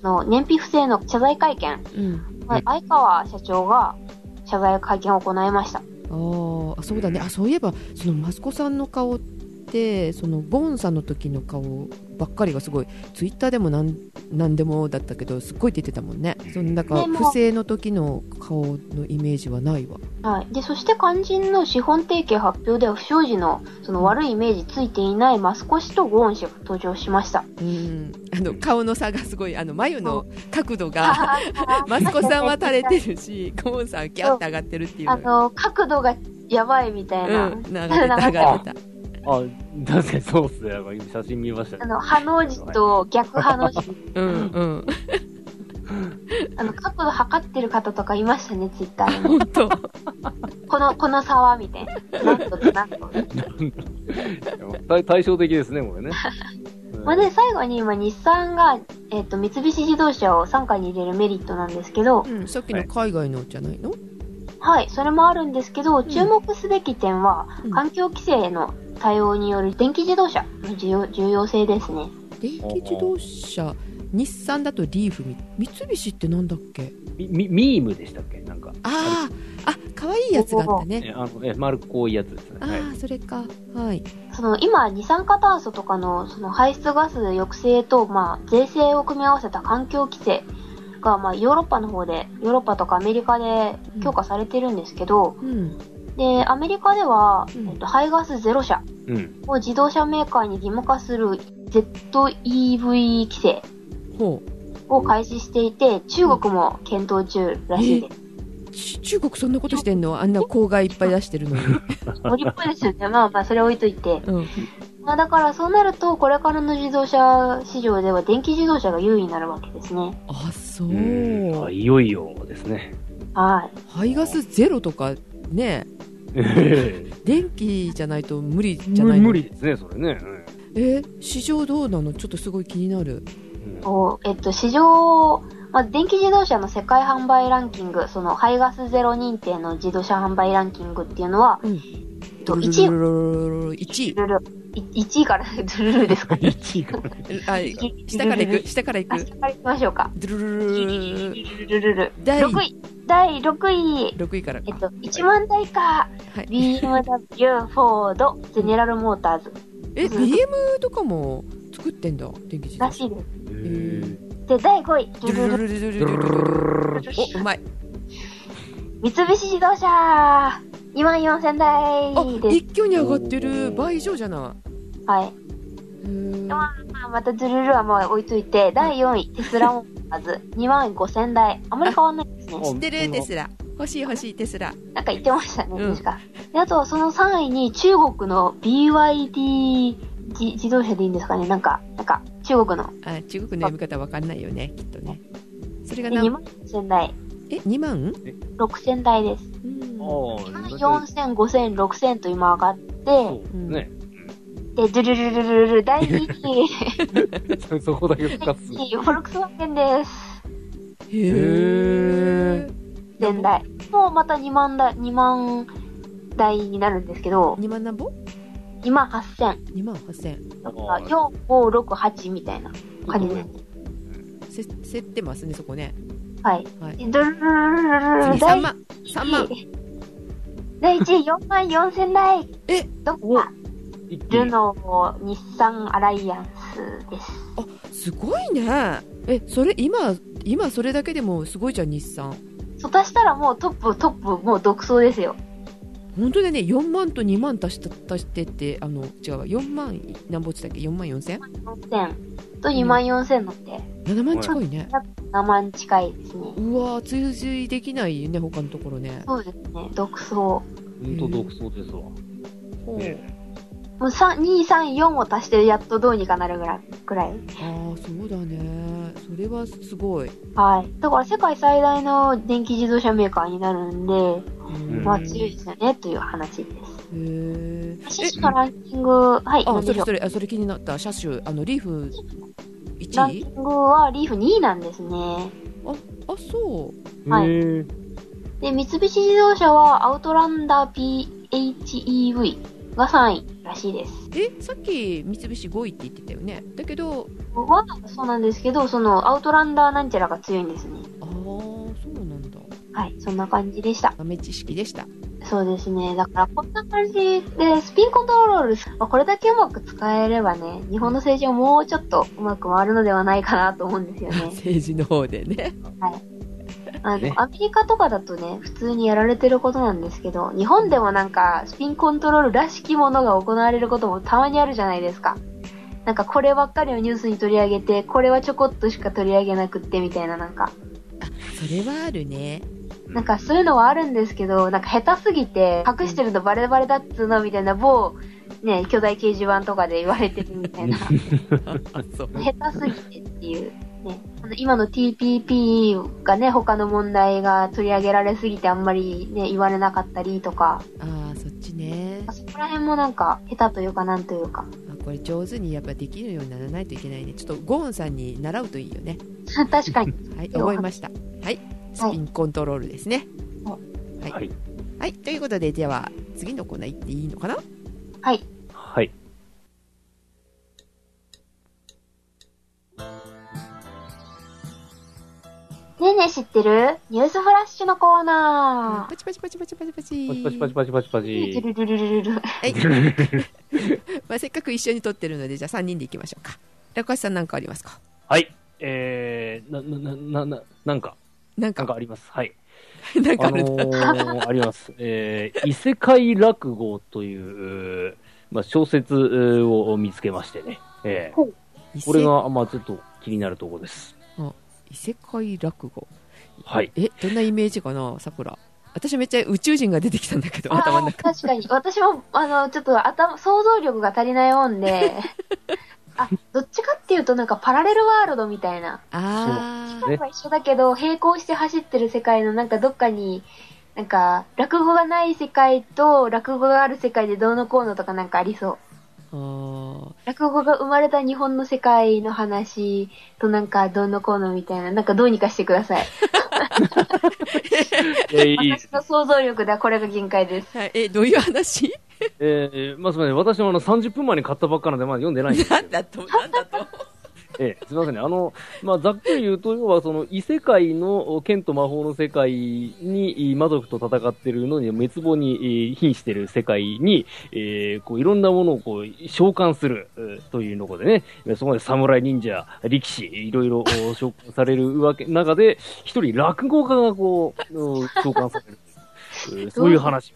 [SPEAKER 2] その燃費不正の謝罪会見、
[SPEAKER 1] うん
[SPEAKER 2] まあ相川社長が謝罪会見を行いました。
[SPEAKER 1] あーあそうだねあそういえばそのマスコさんの顔ってそのボーンさんの時の顔ばっかりがすごいツイッターでもなんなんでもだったけどすっごい出てたもんねそのなんか
[SPEAKER 2] でも
[SPEAKER 1] 不正の時の顔のイメージはないわ
[SPEAKER 2] はい。で、そして肝心の資本提携発表では不祥事のその悪いイメージついていないマスコシとゴーン氏が登場しました。
[SPEAKER 1] うんあの顔の差がすごいあの眉の角度 が
[SPEAKER 2] あ
[SPEAKER 1] マスコさんは垂れてるしゴーンさんはギャッて上がってるっていう
[SPEAKER 2] あ
[SPEAKER 1] のが
[SPEAKER 2] の、角度がやばいみたいな。
[SPEAKER 1] うん上がってた上がってた
[SPEAKER 3] うあ、確かにそうっすね。なんか今写真見ました ね
[SPEAKER 2] あの、ハの字と逆ハの字。
[SPEAKER 1] うんうん
[SPEAKER 2] あの、角度測ってる方とかいましたね、ツイッター
[SPEAKER 1] 本
[SPEAKER 2] に。
[SPEAKER 1] 当
[SPEAKER 2] この、この差は、みたいな。なんとなんと。
[SPEAKER 3] 対対照的ですね、これね。
[SPEAKER 2] まあ、で、最後に今、日産が、えっ、と、三菱自動車を傘下に入れるメリットなんですけど、
[SPEAKER 1] うんさっきの海外のじゃないの
[SPEAKER 2] はい、それもあるんですけど、
[SPEAKER 1] ん
[SPEAKER 2] 注目すべき点は、
[SPEAKER 1] うん
[SPEAKER 2] 環境規制への対応による電気自動車の重要重要性ですね。
[SPEAKER 1] 電気自動車日産だとリーフみ三菱ってなんだっけ
[SPEAKER 3] みみミームでしたっけなんか。
[SPEAKER 1] あーあ可愛いやつがあったね
[SPEAKER 3] え、あの、え、丸っこいやつですね。
[SPEAKER 1] あ
[SPEAKER 3] はい。
[SPEAKER 1] ーそれかはい
[SPEAKER 2] その今、二酸化炭素とかのその排出ガス抑制と、まあ、税制を組み合わせた環境規制が、まあ、ヨーロッパの方で、ヨーロッパとかアメリカで強化されてるんですけど、
[SPEAKER 1] うん
[SPEAKER 2] で、アメリカでは、
[SPEAKER 1] うん
[SPEAKER 2] えっと、排ガスゼロ車
[SPEAKER 3] うん。
[SPEAKER 2] を自動車メーカーに義務化する ZEV 規制
[SPEAKER 1] ほ
[SPEAKER 2] を開始していて、中国も検討中らしいです。
[SPEAKER 1] うち中国そんなことしてんのあんな郊外いっぱい出してるのに、
[SPEAKER 2] 森っぽいですよね。まあまあ、それ置いといて。
[SPEAKER 1] うん、
[SPEAKER 2] まあだからそうなると、これからの自動車市場では電気自動車が優位になるわけですね。
[SPEAKER 1] あそうう、
[SPEAKER 3] んまあいよいよですね。
[SPEAKER 2] はい。
[SPEAKER 1] 排ガスゼロとかね電気じゃないと無理じゃないの
[SPEAKER 3] 無理ですね、それね。
[SPEAKER 1] え市場どうなのちょっとすごい気になる
[SPEAKER 3] うん
[SPEAKER 2] おえっと、市場、まあ、電気自動車の世界販売ランキング、その排ガスゼロ認定の自動車販売ランキングっていうのは、
[SPEAKER 1] うん
[SPEAKER 2] えっと1位、
[SPEAKER 1] 1位
[SPEAKER 2] ルル1位から、ドゥルルルですかね。
[SPEAKER 3] 一位かな
[SPEAKER 1] あ下からいく下からい
[SPEAKER 2] あ、
[SPEAKER 1] く
[SPEAKER 2] 下から行きましょうか。
[SPEAKER 1] ドゥル
[SPEAKER 2] ル
[SPEAKER 1] ルルルルル
[SPEAKER 2] ルルルル。
[SPEAKER 1] 第
[SPEAKER 2] 6位。第6位。
[SPEAKER 1] 6位から
[SPEAKER 2] え
[SPEAKER 1] か
[SPEAKER 2] っと、1万台以下。
[SPEAKER 1] はい、
[SPEAKER 2] BMW、フォード、ゼネラルモーターズ
[SPEAKER 1] え BM とかも作ってんだ電気自動
[SPEAKER 2] ら
[SPEAKER 1] 車
[SPEAKER 2] しいです。
[SPEAKER 1] ん
[SPEAKER 2] で、第5位。
[SPEAKER 1] ドゥ
[SPEAKER 2] ルル
[SPEAKER 1] ル
[SPEAKER 2] ル
[SPEAKER 1] ルルルルルルルルおうまい
[SPEAKER 2] 三菱自動車2万4000
[SPEAKER 1] あ
[SPEAKER 2] 台です。
[SPEAKER 1] 一挙に上がってる倍以上じゃない
[SPEAKER 2] はい。
[SPEAKER 1] へー
[SPEAKER 2] まあ、またズルルはもう置いといて、第4位、テスラモーターズ2万5000台。あまり変わんないですね。
[SPEAKER 1] 知ってるテスラ欲しい欲しいテスラ
[SPEAKER 2] なんか言ってましたね、
[SPEAKER 1] うん
[SPEAKER 2] 確か。で、あと、その3位に中国の BYD 自自動車でいいんですかねなんか、なんか、中国の。
[SPEAKER 1] あ中国の読み方わかんないよねきっとねそれが
[SPEAKER 2] 2
[SPEAKER 1] 何
[SPEAKER 2] 万5000台、
[SPEAKER 1] え2万
[SPEAKER 2] 6000台です。
[SPEAKER 1] うん
[SPEAKER 3] ああ、
[SPEAKER 2] 4000、5000、6000と今上がって、
[SPEAKER 3] そうね。
[SPEAKER 2] で、ズルルルルルル、第2位、
[SPEAKER 3] そこだけ復
[SPEAKER 2] 第
[SPEAKER 3] 活する。
[SPEAKER 2] 2位、フォルクスワーゲンです。
[SPEAKER 1] へえ
[SPEAKER 2] 年代もうまた2万台、2万台になるんですけど、
[SPEAKER 1] 2万なんぼ
[SPEAKER 2] 2万8000。
[SPEAKER 1] 2万8000
[SPEAKER 2] だから4、5、6、8みたいな感じです。
[SPEAKER 1] せ競ってますねそこね
[SPEAKER 2] はい。
[SPEAKER 1] はい
[SPEAKER 2] ドゥルルルルルル
[SPEAKER 1] 次3
[SPEAKER 2] 第
[SPEAKER 1] 万3万
[SPEAKER 2] 第1位4万4000台。
[SPEAKER 1] え
[SPEAKER 2] どっか、
[SPEAKER 3] 一気
[SPEAKER 2] ル
[SPEAKER 3] に
[SPEAKER 2] ノー、日産アライアンスです。
[SPEAKER 1] すごいねえそれ今今それだけでもすごいじゃん日産
[SPEAKER 2] そう足したらもうトップ、トップ、もう独走ですよ。
[SPEAKER 1] 本当だね4万と2万足した足してってあの違うわ4万何ぼっちだっけ4万4000
[SPEAKER 2] 4000と2万4000なんで、
[SPEAKER 1] 7万近いね
[SPEAKER 2] 7万近いですね。
[SPEAKER 1] うわー追随できないね他のところね
[SPEAKER 2] そうですね、独走。
[SPEAKER 3] 本当独走ですわ。
[SPEAKER 1] ほう
[SPEAKER 3] ね
[SPEAKER 2] もう3 2、3、4を足してやっとどうにかなるぐらい。ぐらい
[SPEAKER 1] ああそうだねそれはすごい、
[SPEAKER 2] はい。だから世界最大の電気自動車メーカーになるんで、
[SPEAKER 1] うん
[SPEAKER 2] まあ
[SPEAKER 1] へ
[SPEAKER 2] 強いですよね、という話で
[SPEAKER 1] え
[SPEAKER 2] す。車種のランキング、はい、
[SPEAKER 1] あ
[SPEAKER 2] 何
[SPEAKER 1] そ
[SPEAKER 2] でし
[SPEAKER 1] れ
[SPEAKER 2] ょう
[SPEAKER 1] それあそれ気になった車種あのリーフ
[SPEAKER 2] ラン
[SPEAKER 1] 1
[SPEAKER 2] キ
[SPEAKER 1] 位
[SPEAKER 2] ングはリーフ2位なんですね。
[SPEAKER 1] あそう
[SPEAKER 2] はい
[SPEAKER 3] へえ
[SPEAKER 2] で、三菱自動車はアウトランダー PHEV が3位らしいです。
[SPEAKER 1] えさっき三菱5位って言ってたよねだけど
[SPEAKER 2] は、そうなんですけど、そのアウトランダーなんちゃらが強いんですね。
[SPEAKER 1] ああそうなんだ
[SPEAKER 2] はい、そんな感じでした。
[SPEAKER 1] 豆知識でした
[SPEAKER 2] そうですね。だから、こんな感じで、スピンコントロール、まあこれだけうまく使えればね、日本の政治はもうちょっとうまく回るのではないかなと思うんですよね。
[SPEAKER 1] 政治の方でね
[SPEAKER 2] あ
[SPEAKER 3] ね
[SPEAKER 2] の、アメリカとかだとね、普通にやられてることなんですけど、日本でもなんか、スピンコントロールらしきものが行われることもたまにあるじゃないですか。なんか、こればっかりをニュースに取り上げて、これはちょこっとしか取り上げなくってみたいな、なんか、
[SPEAKER 1] それはあるね
[SPEAKER 2] なんかそういうのはあるんですけど、なんか下手すぎて、隠してるのバレバレだっつうのみたいな某、ね、巨大掲示板とかで言われてるみたいな。下
[SPEAKER 1] あそう
[SPEAKER 2] 手すぎてっていう。ね、あの今の TPP がね、他の問題が取り上げられすぎてあんまりね、言われなかったりとか、
[SPEAKER 1] ああそっちね
[SPEAKER 2] そこら辺もなんか下手というかなんというか、
[SPEAKER 1] あこれ上手にやっぱできるようにならないといけないねちょっとゴーンさんに習うといいよね
[SPEAKER 2] 確かに。
[SPEAKER 1] はい
[SPEAKER 2] そう
[SPEAKER 1] 覚えましたはいスピンコントロールですね
[SPEAKER 2] は
[SPEAKER 1] はい、
[SPEAKER 3] はい
[SPEAKER 1] はいということででは次のコーナー行っていいのかな
[SPEAKER 2] はい。
[SPEAKER 3] はい。
[SPEAKER 2] ねえねえ知ってるニュースフラッシュのコーナ
[SPEAKER 1] パチパチパチパチパチパチ
[SPEAKER 3] パチパチパチパチパチパ
[SPEAKER 2] ー。
[SPEAKER 3] チ
[SPEAKER 2] ル。ルルルルルル。
[SPEAKER 1] まあ、せっかく一緒に撮ってるのでじゃあ3人で行きましょうか高橋さん何かありますか
[SPEAKER 3] はい。えー、な、な、な、な、なんか、
[SPEAKER 1] なん
[SPEAKER 3] なん
[SPEAKER 1] か
[SPEAKER 3] かあります。はい。
[SPEAKER 1] なんか
[SPEAKER 3] あ
[SPEAKER 1] ある
[SPEAKER 3] のー、あります。えー、異世界落語という、まあ、小説を見つけましてね。えー、
[SPEAKER 1] 異世
[SPEAKER 3] これが、まあ、ちょっと気になるところです。
[SPEAKER 1] 異世界落語
[SPEAKER 3] はい。
[SPEAKER 1] えどんなイメージかなさくら私めっちゃ宇宙人が出てきたんだけど、
[SPEAKER 2] あ
[SPEAKER 1] 頭の
[SPEAKER 2] ー
[SPEAKER 1] 中。
[SPEAKER 2] 確かに。私も、あの、ちょっと頭、想像力が足りないも んで、あ、どっちかっていうとなんかパラレルワールドみたいな。
[SPEAKER 1] あ
[SPEAKER 3] ね
[SPEAKER 2] 例えば一緒だけど、並行して走ってる世界のなんかどっかに、なんか、落語がない世界と落語がある世界でどうのこうのとかなんかありそう。
[SPEAKER 1] ーあ
[SPEAKER 2] 落語が生まれた日本の世界の話となんかどうのこうのみたいな、なんかどうにかしてください。
[SPEAKER 3] えーいいです
[SPEAKER 2] 私の想像力ではこれが限界です。
[SPEAKER 1] ーはいえ、どういう 話
[SPEAKER 3] えーまあ、すみません。私もあの、30分前に買ったばっかなんで、まだ読んでないんですけど
[SPEAKER 1] なんだと、なんだと。
[SPEAKER 3] ええ、すみませんね。あの、まあ、ざっくり言うと、要はその異世界の剣と魔法の世界に魔族と戦ってるのに滅亡にえー瀕してる世界に、えーこういろんなものをこう召喚するえーというのこでね、そこで侍忍者、力士、いろいろお召喚されるわけ、中で、一人落語家がこう、お召喚される。えーそういう話。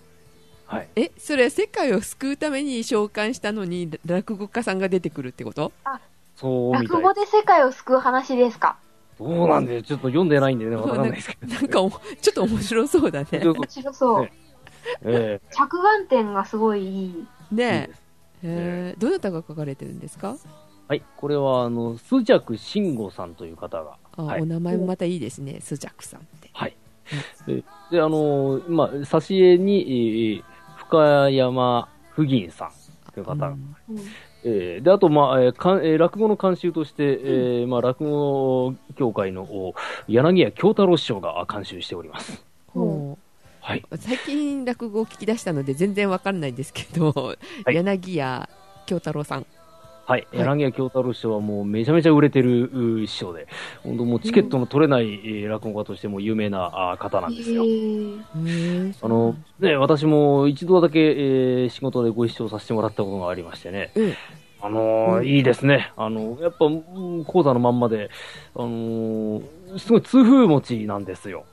[SPEAKER 3] はい。
[SPEAKER 1] え、それ世界を救うために召喚したのに、落語家さんが出てくるってこと
[SPEAKER 3] そうみた
[SPEAKER 2] 落
[SPEAKER 3] いな
[SPEAKER 2] 語。で世界を救う話ですか
[SPEAKER 3] そうなんです。ちょっと読んでないんでね、わからないですけど、
[SPEAKER 1] なんかお、ちょっと面白そうだね。
[SPEAKER 2] 面白そう。
[SPEAKER 3] ねええ
[SPEAKER 2] 着眼点がすごいいい。
[SPEAKER 1] ねえ。へーどなたが書かれてるんですか
[SPEAKER 3] はい、これは、あの、スジャク慎吾さんという方が、
[SPEAKER 1] あ、
[SPEAKER 3] はい
[SPEAKER 1] お名前もまたいいですね、スジャクさんって。
[SPEAKER 3] で、あの、まあ、挿絵に、えー深山不銀さんという方が、
[SPEAKER 1] うん
[SPEAKER 2] うん
[SPEAKER 3] えーで、あと、まあ、えーかんえー落語の監修として、えーまあ、落語協会のお柳家京太郎師匠が監修しております。
[SPEAKER 1] ほ
[SPEAKER 3] はい。
[SPEAKER 1] う最近落語を聞き出したので全然わかんないんですけど、
[SPEAKER 3] い
[SPEAKER 1] 柳家京太郎さん。
[SPEAKER 3] はい。柳家京太郎師匠はもうめちゃめちゃ売れてるう師匠で、本当もうチケットの取れない、えー落語家としても有名なあ方なんですよ。
[SPEAKER 1] へー
[SPEAKER 3] あの、ね、私も一度だけ、えー仕事でご一緒させてもらったことがありましてね。
[SPEAKER 1] うん
[SPEAKER 3] あのー
[SPEAKER 1] うん
[SPEAKER 3] いいですね。あの、やっぱ、うん講座のまんまで、あのーすごい痛風持ちなんですよ。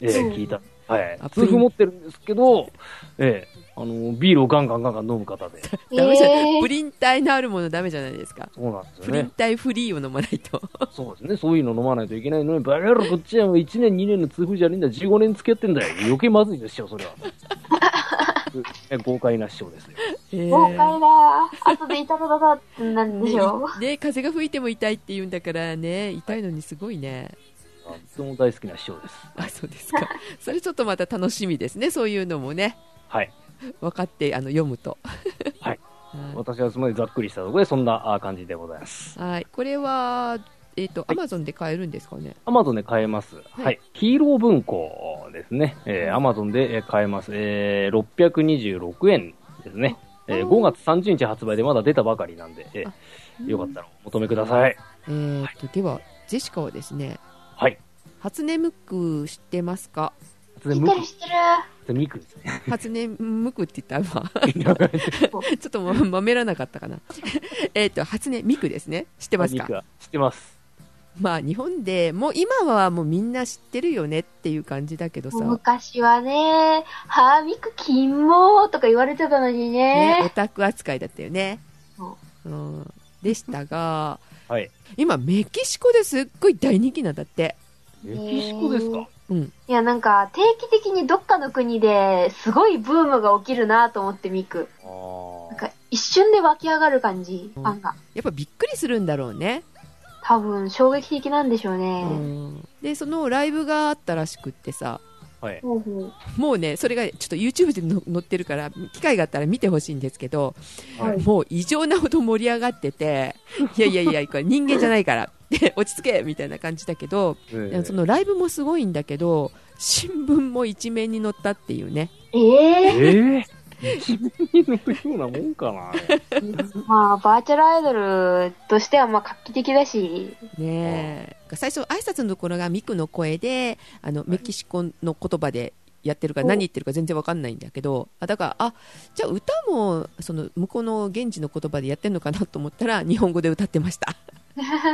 [SPEAKER 3] えー
[SPEAKER 2] そう
[SPEAKER 3] 聞いた。はい
[SPEAKER 1] あ。プ
[SPEAKER 3] 痛
[SPEAKER 1] リン
[SPEAKER 3] 風持ってるんですけど、えーあのービールをガンガンガンガン飲む 方で。
[SPEAKER 1] ダメじゃ
[SPEAKER 2] えー
[SPEAKER 1] プリン体のあるものダメじゃないですか。
[SPEAKER 3] そうなんですよ
[SPEAKER 1] プリン
[SPEAKER 3] ね。
[SPEAKER 1] 体フリーを飲まないと。
[SPEAKER 3] そうですね。そういうの飲まないといけないのに、バカ野郎こっちはもう1年2年の痛風じゃねえんだ。15年付き合ってんだよ。余計まずいですよ、そ れは。ね豪快な師匠ですよ。
[SPEAKER 2] 豪快だ。後でいたたたたってなんでしょ
[SPEAKER 1] えーね風が吹いても痛いって言うんだからね、痛いのにすごいね。
[SPEAKER 3] あとても大好きな師匠です。
[SPEAKER 1] あ、そうです か。それちょっとまた楽しみですね、そういうのもね。
[SPEAKER 3] はい。
[SPEAKER 1] 分かってあの読むと。
[SPEAKER 3] はい
[SPEAKER 1] はい。
[SPEAKER 3] 私はすごいざっくりしたところで、そんなあ感じでございます。
[SPEAKER 1] はい、これは、えっ、と、ア
[SPEAKER 3] はい
[SPEAKER 1] マゾンで買えるんですかね。
[SPEAKER 3] アマゾンで買えます。はいい。ヒーロー文庫ですね。えー、アマゾンで買えます。えー、626円ですね。えー、5月30日発売でまだ出たばかりなんで、えーよかったらお求めください。
[SPEAKER 1] えーっと、では、ジェシカはですね、
[SPEAKER 3] はい。
[SPEAKER 1] 初音ミク知ってますか
[SPEAKER 3] 初
[SPEAKER 2] う。知
[SPEAKER 3] 音
[SPEAKER 2] っ
[SPEAKER 3] ミ
[SPEAKER 2] てる、
[SPEAKER 3] ク
[SPEAKER 2] 知ってる。
[SPEAKER 3] 初音ミクですね。
[SPEAKER 1] 初音ミクって言った今。
[SPEAKER 3] 知
[SPEAKER 1] ちょっとままめらなかったかな。 えっと、初音ミクですね。知ってますか
[SPEAKER 3] 知ってます。
[SPEAKER 1] まあ、日本でもう今はもうみんな知ってるよねっていう感じだけどさ、
[SPEAKER 2] 昔はね、はーみくきんもーとか言われてたのに
[SPEAKER 1] ね、オ
[SPEAKER 2] ね。
[SPEAKER 1] タク扱いだったよね。
[SPEAKER 2] そ
[SPEAKER 1] うん、でしたが、
[SPEAKER 3] はい。
[SPEAKER 1] 今、メキシコですっごい大人気なんだって。
[SPEAKER 3] メキシコですか
[SPEAKER 2] いや、なんか、定期的にどっかの国ですごいブームが起きるなと思ってミク。
[SPEAKER 3] あー
[SPEAKER 2] なんか、一瞬で湧き上がる感じ、
[SPEAKER 1] う
[SPEAKER 2] フ
[SPEAKER 1] ん
[SPEAKER 2] ァンが。
[SPEAKER 1] やっぱびっくりするんだろうね。
[SPEAKER 2] 多分、衝撃的なんでしょう
[SPEAKER 1] う
[SPEAKER 2] ね。
[SPEAKER 1] ん、で、そのライブがあったらしくってさ、
[SPEAKER 3] はい。
[SPEAKER 2] ほうほう
[SPEAKER 1] もうね、それがちょっと YouTube での載ってるから、機会があったら見てほしいんですけど、
[SPEAKER 3] はい。
[SPEAKER 1] もう異常なほど盛り上がってて、いやいやいや、これ人間じゃないから、 で落ち着けみたいな感じだけど、
[SPEAKER 3] えー
[SPEAKER 1] でもそのライブもすごいんだけど、新聞も一面に載ったっていうね。
[SPEAKER 2] え え
[SPEAKER 3] ええ 自分に乗るようなもんかな。
[SPEAKER 2] まあ、バーチャルアイドルとしては、まあ、画期的だし、
[SPEAKER 1] ねえ最初挨拶のところがミクの声であのメキシコの言葉でやってるから
[SPEAKER 2] お
[SPEAKER 1] 何言ってるか全然わかんないんだけどあだからあじゃあ歌もその向こうの現地の言葉でやってるのかなと思ったら日本語で歌ってました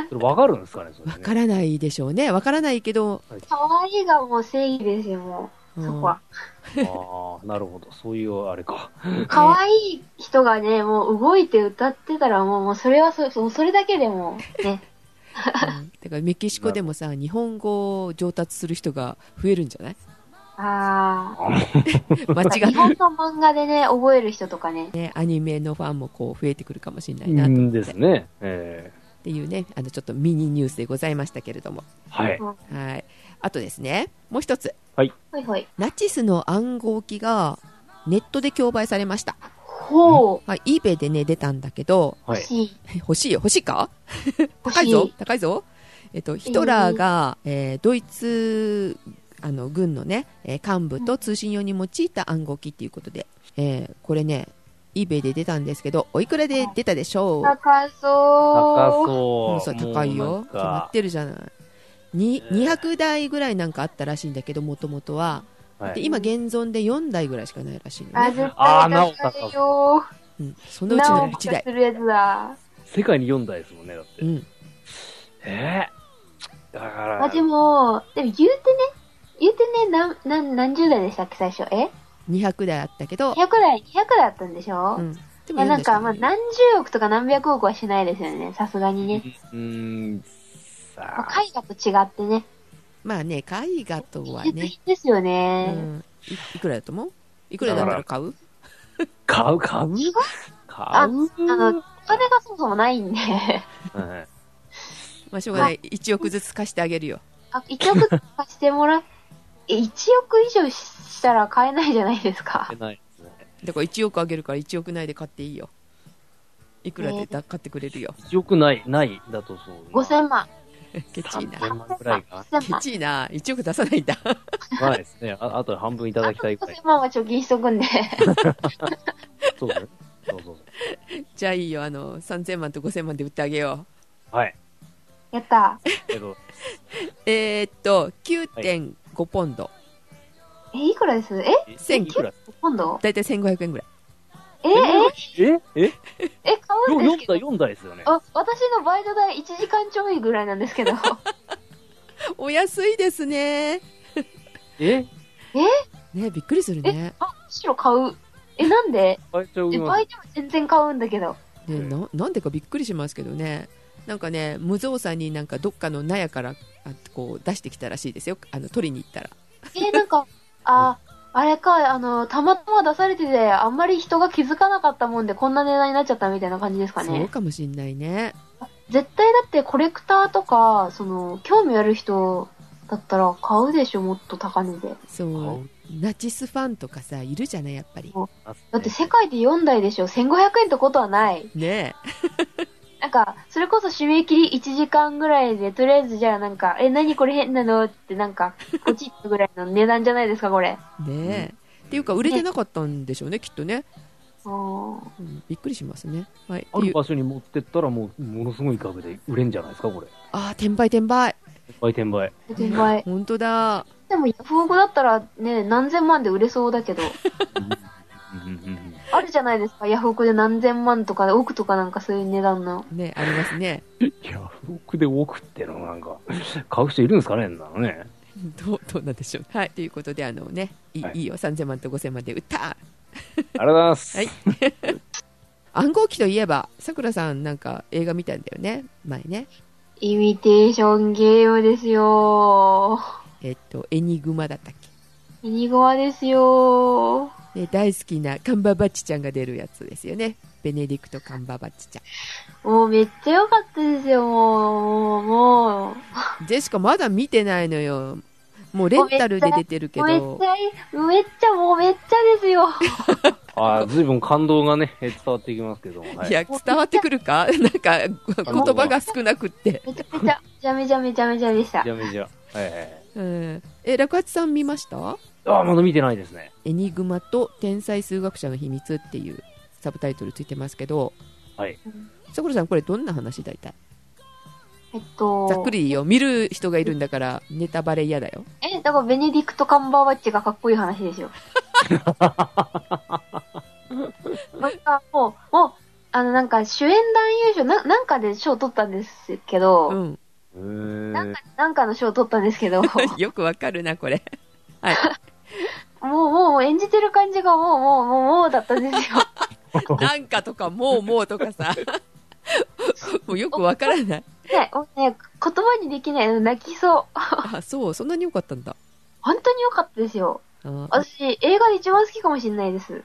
[SPEAKER 3] それわかるんですかね、それ、ね。
[SPEAKER 1] わからないでしょうねわからないけど、
[SPEAKER 2] 可愛いがもう正義ですよ、もう。
[SPEAKER 1] うん
[SPEAKER 2] そこは。
[SPEAKER 3] ああ、なるほど。そういうあれか。
[SPEAKER 2] 可愛い人がね、もう動いて歌ってたらもう、もうそれはそ、そそれだけでも、ね。
[SPEAKER 1] うんだからメキシコでもさ日本語を上達する人が増えるんじゃない
[SPEAKER 2] あ
[SPEAKER 1] 間
[SPEAKER 2] あ。
[SPEAKER 1] 違
[SPEAKER 2] 日本の漫画でね、覚える人とかね。
[SPEAKER 1] いねアニメのファンもこう増えてくるかもしれないうなと思っ
[SPEAKER 3] ん
[SPEAKER 1] て、
[SPEAKER 3] ですね。え
[SPEAKER 1] っていうねあのちょっとミニニュースでございましたけれども
[SPEAKER 3] ーはい。
[SPEAKER 1] はいあとですねもう一つ
[SPEAKER 2] ほいほい。
[SPEAKER 1] ナチスの暗号機がネットで競売されました、
[SPEAKER 2] ほう。
[SPEAKER 1] はい、eBay でね出たんだけど
[SPEAKER 3] は
[SPEAKER 2] 欲
[SPEAKER 3] い。
[SPEAKER 2] しい。
[SPEAKER 1] 欲しいよ欲しいか
[SPEAKER 2] 欲
[SPEAKER 1] 高
[SPEAKER 2] し
[SPEAKER 1] い
[SPEAKER 2] い。
[SPEAKER 1] ぞ高いぞ、えっと、ヒトラーが、えードイツあの軍のね、えー幹部と通信用に用いた暗号機っていうことで、えーこれね eBay で出たんですけどおいくらで出たでしょう
[SPEAKER 2] 高そ
[SPEAKER 3] 高
[SPEAKER 2] う。
[SPEAKER 1] もう
[SPEAKER 3] そ
[SPEAKER 1] さ
[SPEAKER 3] う。
[SPEAKER 1] 高い
[SPEAKER 3] もうな
[SPEAKER 1] よ
[SPEAKER 3] ん
[SPEAKER 1] 決ま
[SPEAKER 3] か
[SPEAKER 1] ってるじゃないに
[SPEAKER 3] えー
[SPEAKER 1] 200台ぐらいなんかあったらしいんだけどもともとは
[SPEAKER 3] は
[SPEAKER 1] で
[SPEAKER 3] い
[SPEAKER 1] 今現存で4台ぐらいしかないらしいの
[SPEAKER 2] あ、
[SPEAKER 1] ね、
[SPEAKER 2] 絶対
[SPEAKER 3] あーなお
[SPEAKER 2] 高いよ。
[SPEAKER 1] うん、そのうち
[SPEAKER 2] なお
[SPEAKER 1] の
[SPEAKER 2] 復
[SPEAKER 1] 1
[SPEAKER 2] 活
[SPEAKER 1] 台
[SPEAKER 2] するやつだ。
[SPEAKER 3] 世界に4台ですもんね、だって
[SPEAKER 1] う。ん
[SPEAKER 3] えーだから。
[SPEAKER 2] まあでも、でも言うてね、言うてね、なん、なん、何十代でしたっけ、最初。え
[SPEAKER 1] 200台あったけど、
[SPEAKER 2] ?200 代、200代あったんでしょ、
[SPEAKER 1] うん、で
[SPEAKER 2] い
[SPEAKER 1] も
[SPEAKER 2] や、
[SPEAKER 1] 4台
[SPEAKER 2] なん
[SPEAKER 1] しか
[SPEAKER 2] か、
[SPEAKER 1] な
[SPEAKER 2] まあ、
[SPEAKER 1] い
[SPEAKER 2] 何十億とか何百億はしないですよね、さすがにね。
[SPEAKER 3] うーん、さ
[SPEAKER 2] ま
[SPEAKER 3] あ
[SPEAKER 2] あ、。絵画と違ってね、
[SPEAKER 1] まあね絵画とは
[SPEAKER 2] 技術
[SPEAKER 1] ね
[SPEAKER 2] 品ですよ
[SPEAKER 1] う
[SPEAKER 2] ね。
[SPEAKER 1] ん、いいくらだと思ういくらだったら買う
[SPEAKER 3] 買う、買う
[SPEAKER 2] 違う
[SPEAKER 3] 買う
[SPEAKER 2] あの、お金がそもそもないんで。
[SPEAKER 3] はい
[SPEAKER 1] まあしょうがない1億ずつ貸してあげるよ
[SPEAKER 2] あ、1億貸してもら、え、1億以上したら買えないじゃないですか
[SPEAKER 3] 買え。ないですね。
[SPEAKER 1] だから1億あげるから1億内で買っていいよいくらでだ買ってくれるよ
[SPEAKER 3] 1億ない、ない、だとそう。
[SPEAKER 2] 5000万。
[SPEAKER 1] ケチいな
[SPEAKER 3] 3000万ぐらいか
[SPEAKER 2] 1000
[SPEAKER 1] ケ
[SPEAKER 2] 万。
[SPEAKER 1] チいな1億出さないんだ
[SPEAKER 3] な。ないですね。ああと半分いただきたいくらい。
[SPEAKER 2] 5000万は貯金しとくんで。
[SPEAKER 3] そうですね。そうそうそ
[SPEAKER 1] じゃあいいよあの3000万と5000万で売ってあげよ
[SPEAKER 3] う。はい。
[SPEAKER 2] やった。
[SPEAKER 3] けど、
[SPEAKER 1] うえー、っと9.5ポンド、
[SPEAKER 2] え、いくらですえ
[SPEAKER 1] 1000
[SPEAKER 3] いくら
[SPEAKER 2] 今度
[SPEAKER 1] だいたい1500円ぐらい
[SPEAKER 2] え、え、
[SPEAKER 3] ええ
[SPEAKER 2] え、買うんです
[SPEAKER 3] 4
[SPEAKER 2] けど
[SPEAKER 3] 台、。4台ですよね。
[SPEAKER 2] あ、私のバイト代1時間ちょいぐらいなんですけど。
[SPEAKER 1] お安いですね
[SPEAKER 3] え
[SPEAKER 1] ねびっくりするね
[SPEAKER 2] あ、むしろ買う。え、なんで
[SPEAKER 3] 買えちゃう
[SPEAKER 2] え、バイトも全然買うんだけど。
[SPEAKER 1] ねななんでかびっくりしますけどねなんかね無造作になんかどっかの納屋からあこう出してきたらしいですよあの取りに行ったら
[SPEAKER 2] え、なんか、あ、あれか、あの、たまたま出されてて、あんまり人が気づかなかったもんで、こんな値段になっちゃったみたいな感じですか
[SPEAKER 1] そう
[SPEAKER 2] ね。
[SPEAKER 1] かもしんないね
[SPEAKER 2] 絶対だってコレクターとか、その、興味ある人だったら買うでしょ、もっと高値で。
[SPEAKER 1] そうナチスファンとかさいるじゃないやっぱり
[SPEAKER 2] だって世界で4台でしょ、1500円ってことはない。
[SPEAKER 1] ね
[SPEAKER 2] なんか、それこそ締め切り1時間ぐらいで、とりあえずじゃあなんか、え、何これ変なのってなんか、ポチッとぐらいの値段じゃないですか、これ。
[SPEAKER 1] えねえっていうか売れてなかったんでしょうねきっとね、
[SPEAKER 2] うん
[SPEAKER 1] うんびっくりしますねはい
[SPEAKER 3] あ
[SPEAKER 1] ってい
[SPEAKER 3] る
[SPEAKER 1] う
[SPEAKER 3] 場所に持ってったらもう、ものすごい額で売れんじゃないですか、これ。
[SPEAKER 1] あー転売転売
[SPEAKER 3] 売転売。
[SPEAKER 2] 転売。
[SPEAKER 1] 本当だ
[SPEAKER 2] でも、ヤフオクだったらね、何千万で売れそうだけど、
[SPEAKER 3] うんうんうん
[SPEAKER 2] あるじゃないですか、ヤフオクで何千万とか、億とかなんかそういう値段の。
[SPEAKER 1] ねありますね
[SPEAKER 3] いや、奥で奥ってのはなんか、買う人いるんですかね、なのね。
[SPEAKER 1] どうどうなんでしょうはいということであのねいい,、
[SPEAKER 3] はい
[SPEAKER 1] い、いよ3000万と5000万で売った
[SPEAKER 3] ありがとうございます。
[SPEAKER 1] はい暗号機といえばさくらさんなんか映画見たんだよね前ね
[SPEAKER 2] イミテーションゲームですよ
[SPEAKER 1] えっとエニグマだったっ
[SPEAKER 2] ミニゴアですよ
[SPEAKER 1] け、ね、大好きなカンバーバッチちゃんが出るやつですよねベネディクト・カンバーバッチちゃ
[SPEAKER 2] もうめっちゃ良かったですよ、もう、もう、も
[SPEAKER 1] んジェシカまだ見てないのよもうレンタルで出てるけ
[SPEAKER 2] う。めっ
[SPEAKER 1] ど
[SPEAKER 2] ちゃいい、めっちゃ、もうめっちゃですよ。
[SPEAKER 3] ああ、ずいぶん感動がね、え伝わってきますけども。はい
[SPEAKER 1] いや伝わってくるか なんか言葉が少なくって、
[SPEAKER 2] めちゃめちゃ、めちゃめちゃめちゃめちゃでした
[SPEAKER 3] めち。ゃめちゃ。はいはいはい。
[SPEAKER 1] うん、え落八さん見ました
[SPEAKER 3] ああ、まだ見てないですね。
[SPEAKER 1] エニグマと天才数学者の秘密っていうサブタイトルついてますけど、
[SPEAKER 3] はい
[SPEAKER 2] うん
[SPEAKER 1] さくらさん、これどんな話大体
[SPEAKER 2] えっと、
[SPEAKER 1] ざっくりいいよ。見る人がいるんだから、ネタバレ嫌だよ。
[SPEAKER 2] え、だからベネディクト・カンバーバッチがかっこいい話ですよ。なんかもう、もう、あのなんか主演男優賞、ななんかで賞取ったんですけど、
[SPEAKER 1] うん。
[SPEAKER 3] へ
[SPEAKER 2] なん
[SPEAKER 3] ー
[SPEAKER 2] かなんかの賞取ったんで すけど、もう
[SPEAKER 1] よくわかるな、これ。はい。
[SPEAKER 2] もう演じてる感じがもうもうもうもうだったんで すよ。
[SPEAKER 1] なんかとか、もうもうとか さ。もうよくわからない。
[SPEAKER 2] ね、もうね、言葉にできないの泣きそ
[SPEAKER 1] あ、そう、そんなに良かったんだ。
[SPEAKER 2] う。本当に良かったですよ。
[SPEAKER 1] あー
[SPEAKER 2] 私、映画で一番好きかもしれないです。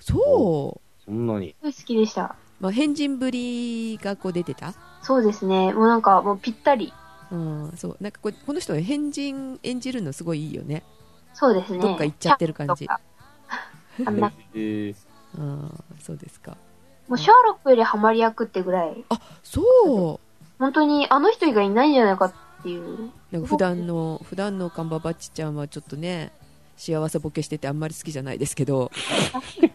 [SPEAKER 1] そ
[SPEAKER 3] そんなに。
[SPEAKER 2] すごい好きでした。
[SPEAKER 1] う、まあ、変人ぶりがこう出てた、
[SPEAKER 2] そうですね。もうなんか、もうぴったり。
[SPEAKER 1] うん、そうなんかこうこの人は変人演じるのすごいいいよね、
[SPEAKER 2] そうですね。
[SPEAKER 1] どっか行っちゃってる感じ
[SPEAKER 2] キャップとかあんな
[SPEAKER 3] えー
[SPEAKER 1] あーそうですか
[SPEAKER 2] もうシャーロックよりハマり役ってぐらい、
[SPEAKER 1] そう
[SPEAKER 2] 本当にあの人以外いないんじゃないかっていう。
[SPEAKER 1] なんか普段の普段のカンバーバッチちゃんはちょっとね幸せボケしててあんまり好きじゃないですけど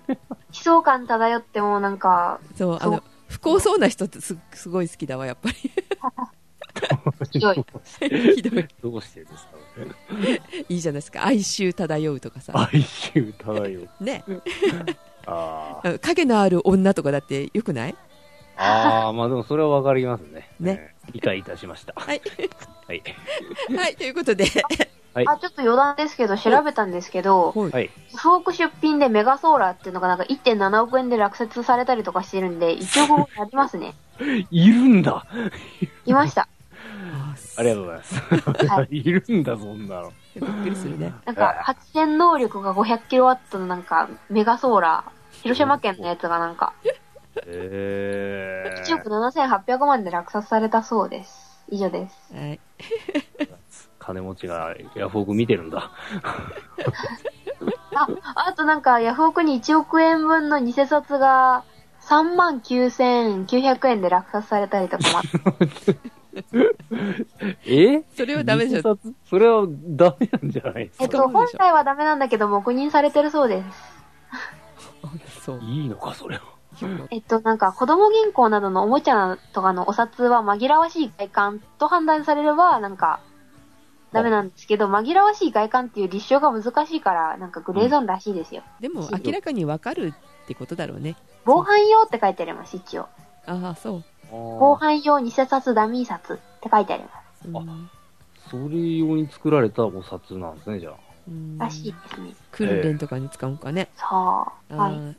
[SPEAKER 2] 悲壮感漂ってもうなんか、
[SPEAKER 1] そうあ
[SPEAKER 2] そ
[SPEAKER 1] の
[SPEAKER 2] う
[SPEAKER 1] 不幸そうな人ってすすごい好きだわやっぱ り
[SPEAKER 2] ひどい。
[SPEAKER 1] ひどい
[SPEAKER 3] どうしてですかね。
[SPEAKER 1] いいじゃないですか哀愁漂うとかさ
[SPEAKER 3] 哀愁漂う。
[SPEAKER 1] ね
[SPEAKER 3] あー
[SPEAKER 1] あの影のある女とかだってよくない
[SPEAKER 3] あー、まあでもそれはわかりますね。
[SPEAKER 1] ね
[SPEAKER 3] えー。理解いたしました。
[SPEAKER 1] はい
[SPEAKER 3] はい。
[SPEAKER 1] はいということで
[SPEAKER 2] あ、ちょっと余談ですけど、調べたんですけど、
[SPEAKER 1] はい
[SPEAKER 3] はい。
[SPEAKER 2] 数億出品でメガソーラーっていうのがなんか1.7億円で落札されたりとかしてるんで、1億円ありま すね。
[SPEAKER 3] いるんだ
[SPEAKER 2] いました。
[SPEAKER 1] あ
[SPEAKER 3] ありがとうございま
[SPEAKER 2] は
[SPEAKER 3] す。いるんだ、そんなの。
[SPEAKER 1] びっくりするね
[SPEAKER 2] なんか、発電能力が500キロワットのなんか、メガソーラー、広島県のやつがなんか、
[SPEAKER 3] えー。
[SPEAKER 2] 1億7800万で落札されたそうです。以上です。
[SPEAKER 1] はい
[SPEAKER 3] 金持ちがヤフオク見てるんだ。
[SPEAKER 2] あ、あとなんか、ヤフオクに1億円分の偽札が、3万9900円で落札されたりとかもあ って、
[SPEAKER 3] え
[SPEAKER 1] それはダメでしょ
[SPEAKER 3] 偽札それはダメなんじゃないです
[SPEAKER 2] えっ
[SPEAKER 3] か。
[SPEAKER 2] と、本来はダメなんだけど、黙認されてるそうです。
[SPEAKER 1] そう
[SPEAKER 3] いいのか、それは。
[SPEAKER 2] えっと、なんか、子供銀行などのおもちゃとかのお札は紛らわしい外観と判断されれば、なんか、ダメなんですけど、紛らわしい外観っていう立証が難しいから、なんかグレーゾーンらしいですよ。
[SPEAKER 1] でも明らかにわかるってことだろうね
[SPEAKER 2] 防犯用って書いてあります、一応。
[SPEAKER 1] ああそう、
[SPEAKER 2] 防犯用偽札ダミー札って書いてあります。
[SPEAKER 1] うん
[SPEAKER 3] それ用に作られたお札なんですね、じゃあ。
[SPEAKER 1] うん
[SPEAKER 2] らしいですね。
[SPEAKER 1] 訓練とかに使うんかね、
[SPEAKER 2] さあ。
[SPEAKER 1] あ
[SPEAKER 2] はい。
[SPEAKER 1] ー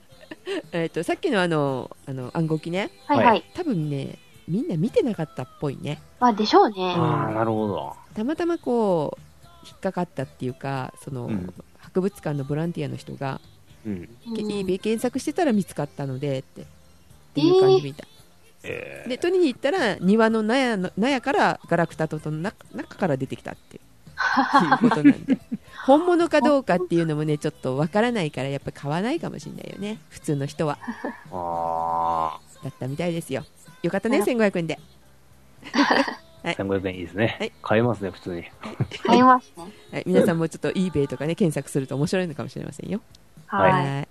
[SPEAKER 1] えっとさっきのあのあの暗号機ね
[SPEAKER 2] はいはい。
[SPEAKER 1] 多分ねみんな見てなかったっぽいね
[SPEAKER 2] まあでしょうね。
[SPEAKER 3] ああ、なるほど。
[SPEAKER 1] たまたまこう引っかかったっていうかその、
[SPEAKER 3] うん
[SPEAKER 1] 博物館のボランティアの人が、
[SPEAKER 3] うん。
[SPEAKER 2] うん
[SPEAKER 1] け検索してたら見つかったのでってっていう感じみたい、
[SPEAKER 3] え
[SPEAKER 1] で取りに行ったら庭の納屋の納屋からガラクタとの中中から出てきたっていう っていうことなんで本物かどうかっていうのもねちょっとわからないからやっぱ買わないかもしれないよね普通の人は
[SPEAKER 3] ー、あ
[SPEAKER 1] だったみたいですよよかったね1500円で
[SPEAKER 3] あ、1500円いいですね。
[SPEAKER 1] はい
[SPEAKER 3] 買えますね、普通に。
[SPEAKER 2] 買いますね。
[SPEAKER 1] はい、皆さんもちょっと eBay とかね検索すると面白いのかもしれませんよ。
[SPEAKER 2] はい。
[SPEAKER 1] い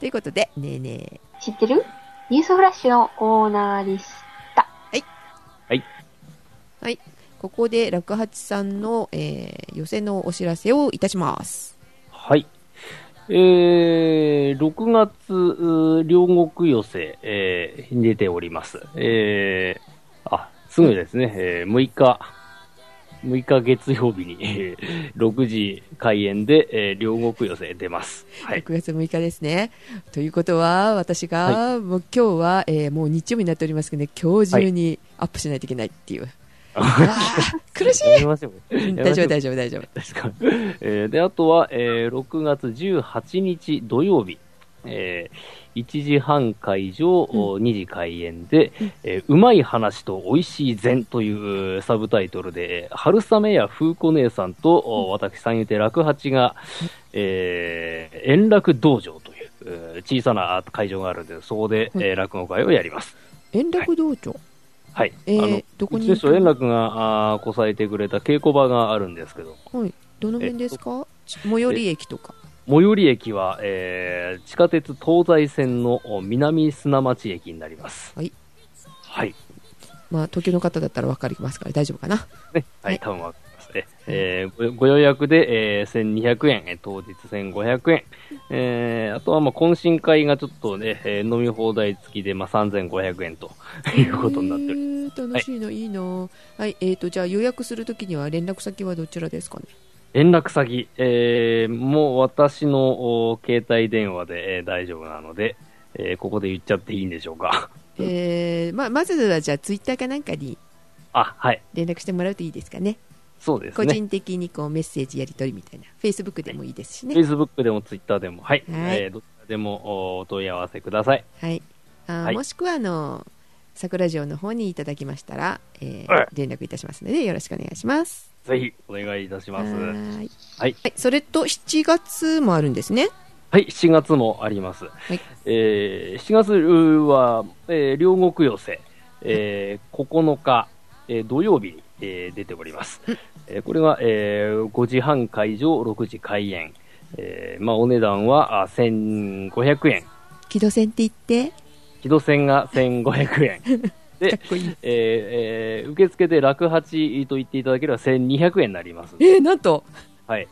[SPEAKER 1] ということで、ねえねえ。
[SPEAKER 2] 知ってるニュースフラッシュのコーナーです。
[SPEAKER 1] ここで楽八さんの、えー寄せのお知らせをいたします。
[SPEAKER 3] はい。えー、6月、うー両国寄せ、えー、に出ております。えー、あ、すぐですね、えー、6日、6日月曜日に、えー6時開演で、えー両国寄せ出ます。はい。
[SPEAKER 1] 6月6日ですね。ということは、私が、もう今日は、えーもう日曜日になっておりますけどね、今日中にアップしないといけないっていう。あー苦しい
[SPEAKER 3] やめましょう。
[SPEAKER 1] うん大丈夫、大丈夫、大丈夫。
[SPEAKER 3] ですか。えーで、あとは、えー6月18日土曜日、えー1時半会場、
[SPEAKER 1] う
[SPEAKER 3] 2時開演で、えーうまい話と美味しい膳というサブタイトルで、春雨や風子姉さんと、お私、三遊亭楽八が、えー円楽道場という、えー小さな会場があるんで、そこで、
[SPEAKER 1] うん
[SPEAKER 3] えー落語会をやります。
[SPEAKER 1] 円楽道場。
[SPEAKER 3] はい。
[SPEAKER 1] えー
[SPEAKER 3] あの、
[SPEAKER 1] どこ
[SPEAKER 3] う
[SPEAKER 1] に
[SPEAKER 3] ちでしょ円楽があーこさえてくれた稽古場があるんですけど、
[SPEAKER 1] はい。どの辺ですかち最寄り駅とか。
[SPEAKER 3] 最寄り駅は、えー地下鉄東西線のお南砂町駅になります。
[SPEAKER 1] はい。
[SPEAKER 3] はい。
[SPEAKER 1] まあ、東京の方だったらわかりますから大丈夫かな。
[SPEAKER 3] ね、
[SPEAKER 1] は
[SPEAKER 3] はいい、多分わかります。ええーごご予約で、えー1200円、えー当日1500円。えーあとは、まあ、懇親会がちょっとね、えー飲み放題付きで、まあ、3500円ということになっておりま
[SPEAKER 1] え
[SPEAKER 3] す。
[SPEAKER 1] ー楽しいの、い、いなはいえー、とじゃあ予約するときには連絡先はどちらですかね
[SPEAKER 3] 連絡先、えーもう私のお携帯電話で、えー大丈夫なので、えーここで言っちゃっていいんでしょうか。
[SPEAKER 1] えーままずはじゃあツイッターかなんかに
[SPEAKER 3] あ、はい。
[SPEAKER 1] 連絡してもらうといいですかね
[SPEAKER 3] そうです
[SPEAKER 1] 個
[SPEAKER 3] ね。
[SPEAKER 1] 人的にこうメッセージやり取りみたいな、フェイスブックでもいいですしね。
[SPEAKER 3] Facebook でも Twitter でも、はい。
[SPEAKER 1] はい
[SPEAKER 3] えーどちらでもおお問い合わせください。
[SPEAKER 1] はい、あー
[SPEAKER 3] はい
[SPEAKER 1] もしくはあの桜城の方にいただきましたら、えー
[SPEAKER 3] はい
[SPEAKER 1] 連絡いたしますのでよろしくお願いします。
[SPEAKER 3] ぜひ、お願いいたします。
[SPEAKER 1] は
[SPEAKER 3] は
[SPEAKER 1] ーい
[SPEAKER 3] い。
[SPEAKER 1] はい、それと7月もあるんですね。
[SPEAKER 3] はい、7月もあります。
[SPEAKER 1] い
[SPEAKER 3] えー7月は、えー両国寄せ、えー9日、えー土曜日に、えー出ております。えーこれは、えー5時半会場、6時開演。えーまあ、お値段はあ1500円。
[SPEAKER 1] 機動戦って言って、
[SPEAKER 3] 木戸線が1500円。
[SPEAKER 1] かっ
[SPEAKER 3] で、
[SPEAKER 1] こいい。
[SPEAKER 3] えーえー受付で落八と言っていただければ1200円になります。
[SPEAKER 1] えー、なんと
[SPEAKER 3] はい。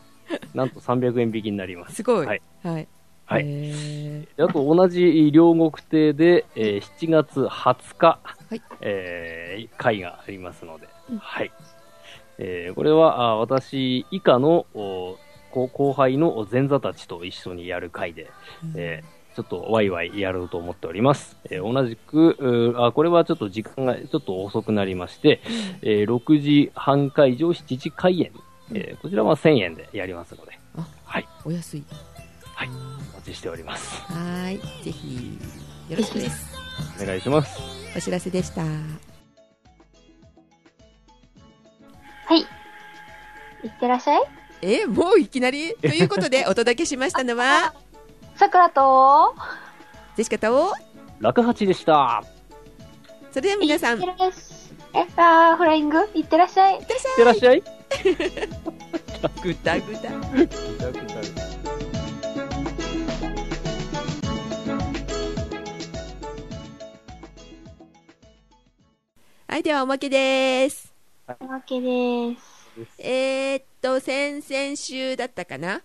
[SPEAKER 3] なんと300円引きになります。
[SPEAKER 1] すごい。は
[SPEAKER 3] はいい。
[SPEAKER 1] はい。
[SPEAKER 3] はい
[SPEAKER 1] え
[SPEAKER 3] であと同じ両国亭で、えー7月20日、
[SPEAKER 1] はい
[SPEAKER 3] えー会がありますので、
[SPEAKER 1] うん
[SPEAKER 3] はいえーこれはあ私以下のお後後輩の前座たちと一緒にやる会で、
[SPEAKER 1] ー
[SPEAKER 3] えーちょっとワイワイやろうと思っております。えー同じくうーあ、これはちょっと時間がちょっと遅くなりまして、えー6時半会場、7時開演、えーこちらは1000円でやりますので、
[SPEAKER 1] あ
[SPEAKER 3] はい、
[SPEAKER 1] お安い。
[SPEAKER 3] はいお待ちしております。
[SPEAKER 1] はーい。ぜひよろしくです。
[SPEAKER 3] お願いします。
[SPEAKER 1] お知らせでした。
[SPEAKER 2] はい。いってらっしゃい。
[SPEAKER 1] えー、もういきなりということ でお届けしましたのは
[SPEAKER 2] さくらと、
[SPEAKER 1] ジェシカと
[SPEAKER 3] 落八でした。
[SPEAKER 1] それでは皆さん
[SPEAKER 2] いってらっしゃい。え、あーフライングいってらっしゃい。
[SPEAKER 3] いってらっしゃい。
[SPEAKER 1] グダグダ。はい、ではおまけです。
[SPEAKER 2] おまけです。
[SPEAKER 1] えーっと、先々週だったかな、
[SPEAKER 3] はい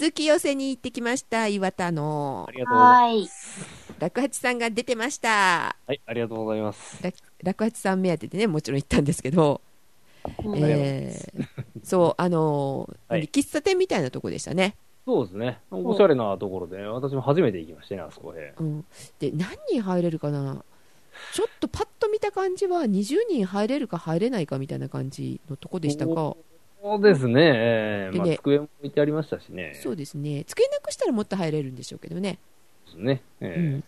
[SPEAKER 1] 鈴木寄せに行ってきました、岩田の
[SPEAKER 3] あ。りがとうございます。
[SPEAKER 2] はーい。
[SPEAKER 1] 楽八さんが出てました。
[SPEAKER 3] はい、ありがとうございます。
[SPEAKER 1] 楽楽八さん目当てでね、もちろん行ったんですけど、
[SPEAKER 2] うん
[SPEAKER 1] えーそう、あのー
[SPEAKER 3] はい
[SPEAKER 1] 喫茶店みたいなとこでしたね。
[SPEAKER 3] そうですね。おしゃれなところで、私も初めて行きましたね、あそこへ。
[SPEAKER 1] うん、で、何人入れるかなちょっとパッと見た感じは20人入れるか入れないかみたいな感じのとこでしたが、
[SPEAKER 3] そうですね。えー
[SPEAKER 1] でね
[SPEAKER 3] まあ、机も置いてありましたしね。
[SPEAKER 1] そうですね、机なくしたらもっと入れるんでしょうけどね。
[SPEAKER 3] ですね。え
[SPEAKER 1] う
[SPEAKER 3] ー
[SPEAKER 1] ん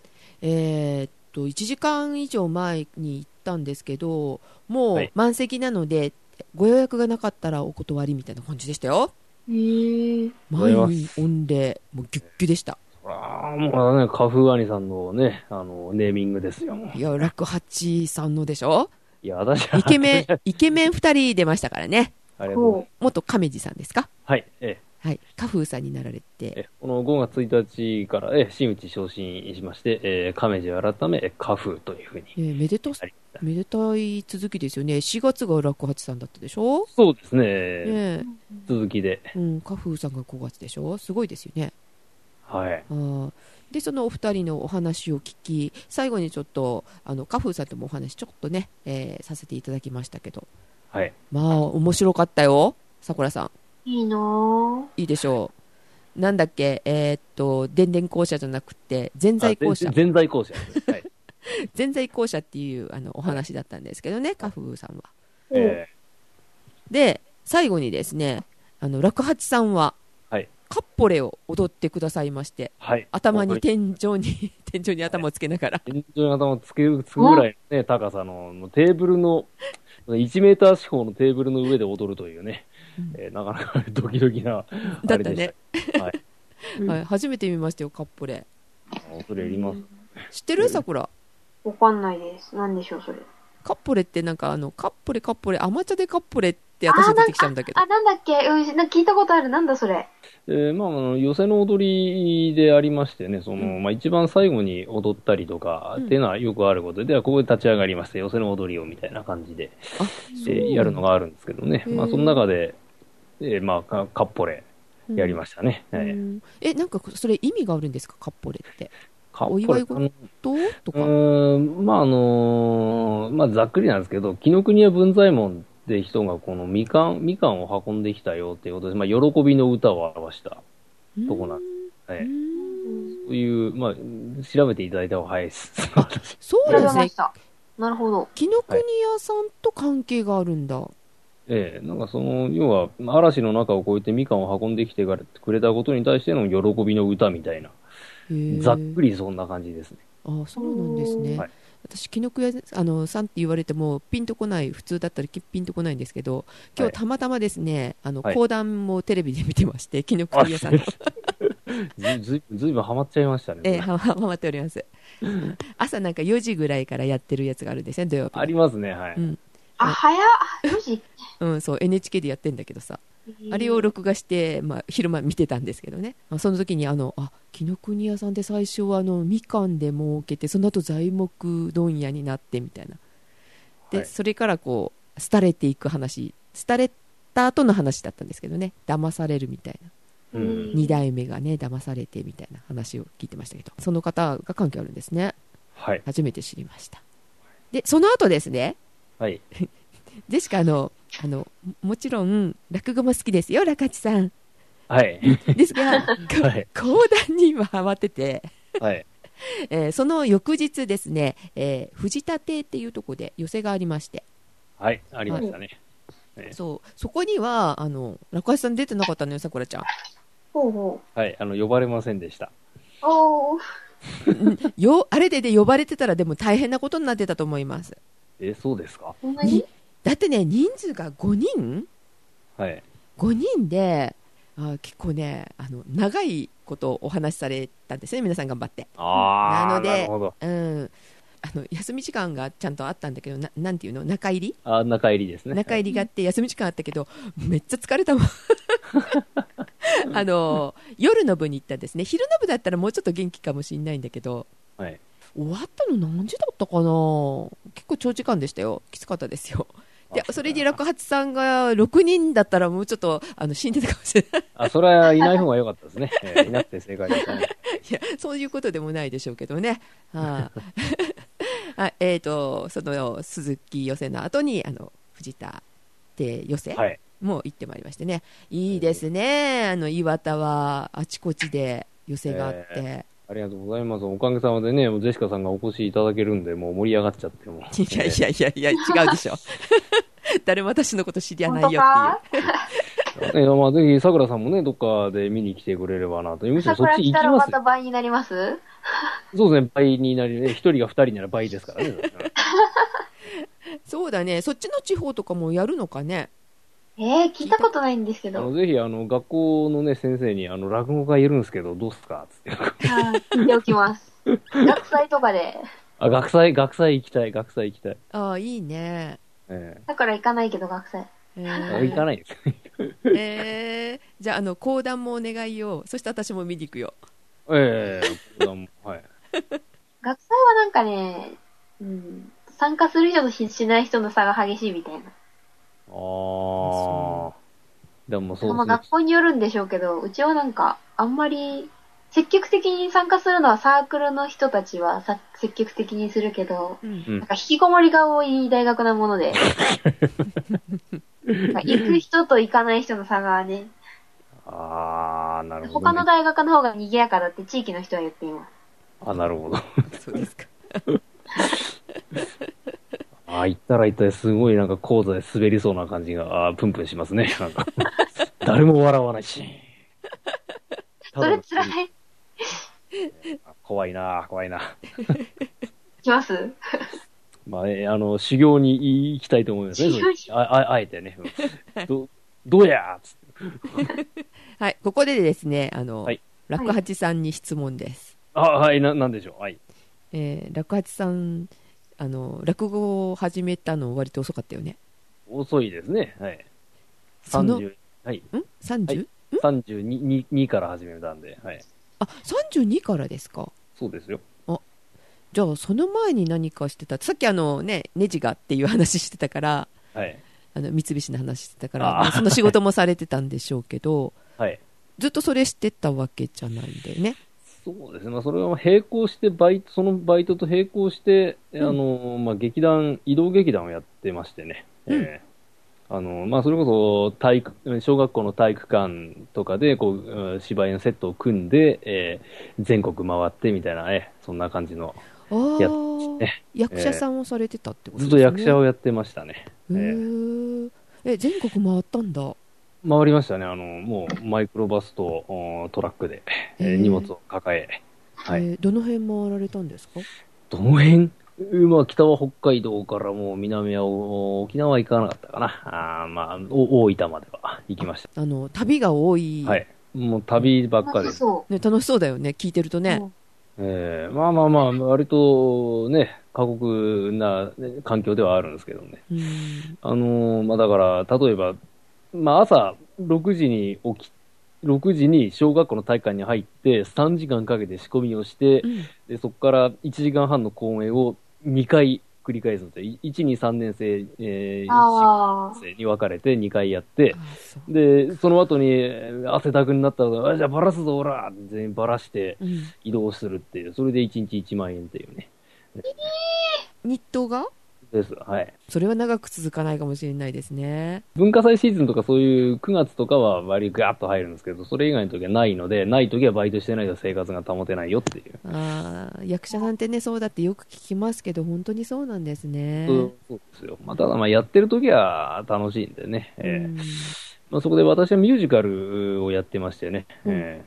[SPEAKER 1] えーっと1時間以上前に行ったんですけども
[SPEAKER 3] は
[SPEAKER 1] う
[SPEAKER 3] い
[SPEAKER 1] 満席なので、ご予約がなかったらお断りみたいな感じでしたよ
[SPEAKER 2] へー
[SPEAKER 3] りがとうござ
[SPEAKER 1] 満
[SPEAKER 3] い
[SPEAKER 1] 員御礼もうギュッギュでした
[SPEAKER 3] ああ、もうこれはね、カフーアニさんのね、あの、ネーミングですよ。もう
[SPEAKER 1] いや楽八さんのでしょ
[SPEAKER 3] いや、私は
[SPEAKER 1] イケメンイケメン2人出ましたからね
[SPEAKER 3] ありがとうございます。
[SPEAKER 2] こ
[SPEAKER 1] 元亀治さんですか
[SPEAKER 3] はい。え
[SPEAKER 1] はいカフーさんになられ
[SPEAKER 3] ーえ
[SPEAKER 1] て
[SPEAKER 3] ーこの5月1日から、えー、真打ち昇進しまして、えー、亀寺改め、えーカフーというふうに
[SPEAKER 1] えーめでた
[SPEAKER 3] なりました。
[SPEAKER 1] めでたい続きですよね4月が楽八さんだったでしょ、
[SPEAKER 3] そうですね。
[SPEAKER 1] ねえ
[SPEAKER 3] 続きで。
[SPEAKER 1] うん、カフーさんが5月でしょすごいですよね
[SPEAKER 3] はい。
[SPEAKER 1] あーでそのお二人のお話を聞き最後にちょっとあのカフーさんともお話ちょっとね、えーさせていただきましたけど
[SPEAKER 3] はい。
[SPEAKER 1] まあ面白かったよさくらさ
[SPEAKER 2] ういいなー
[SPEAKER 1] んいいでしょうなんだっけえーっと電電校舎じゃなくて全財校舎
[SPEAKER 3] あ全全在校舎。 はい。
[SPEAKER 1] 全財校舎っていうあのお話だったんですけどねカフーさんは
[SPEAKER 3] え
[SPEAKER 1] で最後にですねあの楽八さんは
[SPEAKER 3] はい
[SPEAKER 1] カッポレを踊ってくださいまして
[SPEAKER 3] ーはい。
[SPEAKER 1] 頭に天井に 天井に頭をつけながら
[SPEAKER 3] 天井に頭をつける、つくぐらいのね、高さののテーブルの、1メーター四方のテーブルの上で踊るというね、えーなかなかドキドキ
[SPEAKER 1] だ
[SPEAKER 3] な、あ
[SPEAKER 1] っ
[SPEAKER 3] れ
[SPEAKER 1] たね
[SPEAKER 3] でした。はい。
[SPEAKER 1] はい、初めて見ましたよカッポレ
[SPEAKER 3] それやります。
[SPEAKER 1] 知ってるさくら
[SPEAKER 2] わかんないです。なんでしょう、それ。
[SPEAKER 1] カッポレってなんかあのカッポレカッポレ甘茶でカッポレって私出てきちゃうんだけど
[SPEAKER 2] あ、なんだっけうん、なんか聞いたことある。なんだそれ。
[SPEAKER 3] えーまあ、あの寄せの踊りでありましてね、その、まあ、一番最後に踊ったりとかっていうのはよくあることで、ではここで立ち上がりまして、寄せの踊りをみたいな感じで、
[SPEAKER 1] あ
[SPEAKER 3] えーやるのがあるんですけどね、
[SPEAKER 1] うん
[SPEAKER 3] まあ、その中で、えーまあ、かカッポレやりましたね、
[SPEAKER 1] た
[SPEAKER 3] えー
[SPEAKER 1] えなんかそれ意味があるんですかカッポレって
[SPEAKER 3] カッ
[SPEAKER 1] お
[SPEAKER 3] ポ
[SPEAKER 1] 祝い
[SPEAKER 3] レ
[SPEAKER 1] 事
[SPEAKER 3] あの
[SPEAKER 1] どうと
[SPEAKER 3] う
[SPEAKER 1] か、
[SPEAKER 3] ーんまああのーまあ、ざっくりなんですけど紀ノ国屋文左衛門って人がこのみかんみかんを運んできたよっていうことで、まあ、喜びの歌を表した
[SPEAKER 1] うん
[SPEAKER 3] とこなんですね、
[SPEAKER 1] うん
[SPEAKER 3] そういう、まあ、調べていただいた方が早いです。
[SPEAKER 1] そうな
[SPEAKER 2] 調
[SPEAKER 1] ん
[SPEAKER 2] べ
[SPEAKER 1] です
[SPEAKER 2] ま
[SPEAKER 1] ね
[SPEAKER 2] した。なるほど。
[SPEAKER 1] 紀ノ国屋さんと関係があるんだ、
[SPEAKER 3] ええ、なんかその、要は、嵐の中を越えてみかんを運んできてくれたことに対しての喜びの歌みたいな、ざっく
[SPEAKER 1] り
[SPEAKER 3] りそんな感じですね。
[SPEAKER 1] あそうなんですね、
[SPEAKER 3] はい
[SPEAKER 1] 私紀ノ国屋あのさんって言われてもピンとこない普通だったらきピンとこないんですけど今
[SPEAKER 3] はい
[SPEAKER 1] 日たまたまですね、あの
[SPEAKER 3] はい
[SPEAKER 1] 講談もテレビで見てま して紀ノ国屋さんの、
[SPEAKER 3] ずずいずいぶんハマっちゃいましたね。
[SPEAKER 1] ええははまっており ます朝なんか4時ぐらいからやってるやつがあるんですね土曜日
[SPEAKER 3] ありますね、はい。
[SPEAKER 1] うん
[SPEAKER 2] あ、早っ。4時。
[SPEAKER 1] うん、そう NHK でやってんだけどさあれを録画して、まあ、昼間見てたんですけどねあその時にあのあ紀ノ国屋さんって最初はあのみかんで儲けてその後材木問屋になってみたいなで、
[SPEAKER 3] はい
[SPEAKER 1] それからこう廃れていく話廃れた後の話だったんですけどね騙されるみたいな
[SPEAKER 3] う
[SPEAKER 2] うん
[SPEAKER 3] ん、
[SPEAKER 1] 2代目がね騙されてみたいな話を聞いてましたけどその方が関係あるんですね
[SPEAKER 3] はい。
[SPEAKER 1] 初めて知りましたでその後ですね
[SPEAKER 3] はい。
[SPEAKER 1] ジェシカあのあのももちろん落語も好きですよ中地さん
[SPEAKER 3] はい。
[SPEAKER 1] ですが、こ
[SPEAKER 3] はい
[SPEAKER 1] 講談に今ハマってて、
[SPEAKER 3] はい。
[SPEAKER 1] えーその翌日ですね、えー藤田邸っていうところで寄せがありまして、
[SPEAKER 3] はい。ありましたね。え
[SPEAKER 1] そうそこにはあの中橋さん出てなかったのよさくらちゃん
[SPEAKER 2] ほうほう。
[SPEAKER 3] はい。あの、呼ばれませんでした。
[SPEAKER 2] おー。
[SPEAKER 1] よあれでで呼ばれてたらでも大変なことになってたと思います
[SPEAKER 3] え、そうですか
[SPEAKER 2] ほんまに
[SPEAKER 1] だってね人数が5人
[SPEAKER 3] はい。
[SPEAKER 1] 5人であ結構ねあの長いことお話しされたんですね皆さん頑張って
[SPEAKER 3] あー
[SPEAKER 1] なので
[SPEAKER 3] るほど。
[SPEAKER 1] うんあの休み時間がちゃんとあったんだけどななんていうの中入り
[SPEAKER 3] あ、中入りですね。
[SPEAKER 1] 中入りがあって休み時間あったけどめっちゃ疲れたもんあの夜の部に行ったんですね昼の部だったらもうちょっと元気かもしれないんだけど
[SPEAKER 3] はい。
[SPEAKER 1] 終わったの何時だったかな結構長時間でしたよきつかったですよで
[SPEAKER 3] あ
[SPEAKER 1] それで落八さんが6人だったらもうちょっとあの死んでたかもしれない
[SPEAKER 3] あ、それはいない方が良かったですね。えーいなくて正解でし たね。
[SPEAKER 1] いやそういうことでもないでしょうけどね、は あ、あえっ、とその鈴木寄せの後にあの藤田で寄せ、
[SPEAKER 3] はい。
[SPEAKER 1] もう行ってまいりましてね、いいですね、あの岩田はあちこちで寄せがあって、
[SPEAKER 3] ありがとうございます。おかげさまでね、もうジェシカさんがお越しいただけるんで、もう盛り上がっちゃって、もう。
[SPEAKER 1] いやいやいやいや、違うでし ょ、誰も私のこと知りゃな
[SPEAKER 2] 本
[SPEAKER 1] い
[SPEAKER 2] 当
[SPEAKER 1] よっ
[SPEAKER 2] か
[SPEAKER 3] えーまあ、ぜひ、さくらさんもね、どっかで見に来てくれればなと。むしろそっ
[SPEAKER 2] 桜
[SPEAKER 3] ち
[SPEAKER 2] 来
[SPEAKER 3] 行き
[SPEAKER 2] たら
[SPEAKER 3] ま
[SPEAKER 2] ますた
[SPEAKER 3] よ。
[SPEAKER 2] 倍になります
[SPEAKER 3] そうですね、倍になり、ね、一人が二人なら倍ですから ね。
[SPEAKER 1] ていう、そうだね、そっちの地方とかもやるのかね、
[SPEAKER 2] えー、聞いたことないんですけ
[SPEAKER 3] あの、
[SPEAKER 2] ど。
[SPEAKER 3] ぜひ、あの、学校のね、先生に、あの、落語家いるんですけど、どうっすかつって。
[SPEAKER 2] はい聞いておき ます。学祭とかで。
[SPEAKER 3] あ、学祭、学祭行きたい、学祭行きたい。
[SPEAKER 1] ああ、いいね、
[SPEAKER 3] え
[SPEAKER 2] だから行かないけど、学祭。
[SPEAKER 1] え
[SPEAKER 3] えあ行か
[SPEAKER 1] ー
[SPEAKER 3] ないです。
[SPEAKER 1] えーじゃああの、講談もお願いよ、そして私も見に行くよ、
[SPEAKER 3] ええはい。
[SPEAKER 2] 学祭はなんかね、うん、参加する人としない人の差が激しいみたいな。
[SPEAKER 3] ああ。でもそう
[SPEAKER 2] まあ
[SPEAKER 3] です
[SPEAKER 2] 学校によるんでしょうけど、うちはなんか、あんまり、積極的に参加するのはサークルの人たちはさ積極的にするけど、
[SPEAKER 1] うん
[SPEAKER 3] うん
[SPEAKER 2] なんか引きこもりが多い大学なも ので、なんか行く人と行かない人の差がね、
[SPEAKER 3] ああ、なるほど、ね。
[SPEAKER 2] 他の大学の方が賑やかだって地域の人は言っています。
[SPEAKER 3] あ、なるほど。
[SPEAKER 1] そうですか、
[SPEAKER 3] ああ、行ったら行ったらすごいなんか講座で滑りそうな感じが、あープンプンしますね。な んか、誰も笑わないし。
[SPEAKER 2] それ辛い。
[SPEAKER 3] 怖いな、怖いな。
[SPEAKER 2] 来ます
[SPEAKER 3] まあ、えーあの、修行に行きたいと思いますね。
[SPEAKER 2] 修行に
[SPEAKER 3] あああえてね。ど、どうやーっつって。
[SPEAKER 1] はい、ここでですね、あの
[SPEAKER 3] はい
[SPEAKER 1] 落八さんに質問です。
[SPEAKER 3] あ、はい、な、なんでしょう。はい。
[SPEAKER 1] えー、落八さんあの落語を始めたの割と遅かったよね
[SPEAKER 3] 遅いですね。はい。
[SPEAKER 1] その
[SPEAKER 3] 30はい。
[SPEAKER 1] ん 30?、
[SPEAKER 3] はい32ににから始めたんで、はい。
[SPEAKER 1] あ32からですか
[SPEAKER 3] そうですよ。
[SPEAKER 1] じゃあその前に何かしてたさっきあのねネジがっていう話してたから
[SPEAKER 3] はい。
[SPEAKER 1] あの三菱の話してたから、
[SPEAKER 3] あー
[SPEAKER 1] まあその仕事もされてたんでしょうけど
[SPEAKER 3] はい。
[SPEAKER 1] ずっとそれしてたわけじゃないんだよね
[SPEAKER 3] そうですね。まあ、それは並行して、バイト、そのバイトと並行して、あの、まあ、劇団、移動劇団をやってましてね。
[SPEAKER 1] うん
[SPEAKER 3] えーあの、まあ、それこそ、体育、小学校の体育館とかで、こううん、芝居のセットを組んで、えー全国回ってみたいな、えーそんな感じの、
[SPEAKER 1] あ
[SPEAKER 3] や
[SPEAKER 1] あ、
[SPEAKER 3] ね
[SPEAKER 1] 役者さんをされてたってこと
[SPEAKER 3] ず
[SPEAKER 1] です
[SPEAKER 3] っと
[SPEAKER 1] ね、
[SPEAKER 3] 役者をやってましたね。
[SPEAKER 1] へ
[SPEAKER 3] え
[SPEAKER 1] ーえ全国回ったんだ
[SPEAKER 3] 回りましたね。あの、もうマイクロバスとうんトラックで、えー
[SPEAKER 1] えー
[SPEAKER 3] 荷物を抱え。は
[SPEAKER 1] え
[SPEAKER 3] い
[SPEAKER 1] ーどの辺回られたんですか
[SPEAKER 3] どの辺うんまあ、北は北海道からもう南はお沖縄は行かなかったかな。あーまあ、お大分までは行きまし
[SPEAKER 1] あの旅が多い、
[SPEAKER 3] た。はい。もう旅ばっかり
[SPEAKER 2] 楽し。そう。
[SPEAKER 1] ね、楽しそうだよね聞いてるとね、
[SPEAKER 3] えーまあまあまあ、割とね、過酷なね環境ではあるんですけどね。
[SPEAKER 1] うん
[SPEAKER 3] あのーまあだから、例えば、まあ朝6時に起き、6時に小学校の体育館に入って、3時間かけて仕込みをして、
[SPEAKER 1] うん
[SPEAKER 3] でそこから1時間半の公演を2回繰り返すので、い1、2、3年生、えー、4
[SPEAKER 2] あ
[SPEAKER 3] 年生に分かれて2回やって
[SPEAKER 1] あ、そう
[SPEAKER 3] で、その後にえー汗だくになったら、あじゃあバラすぞ、おらって全員バラして
[SPEAKER 1] うん
[SPEAKER 3] 移動するっていう、それで1日1万円っていうね。
[SPEAKER 1] 日当が
[SPEAKER 3] です。はい。
[SPEAKER 1] それは長く続かないかもしれないですね
[SPEAKER 3] 文化祭シーズンとかそういう9月とかは割りガーッと入るんですけど、それ以外の時はないので、ない時はバイトしてないと生活が保てないよっていう。
[SPEAKER 1] あー役者なんてねそうだってよく聞きますけど本当にそうなんですね、
[SPEAKER 3] そうそうですよ。まあ、ただまあやってる時は楽しいんでね。えー
[SPEAKER 1] うん
[SPEAKER 3] まあ、そこで私はミュージカルをやってましてね。
[SPEAKER 1] うん
[SPEAKER 3] えー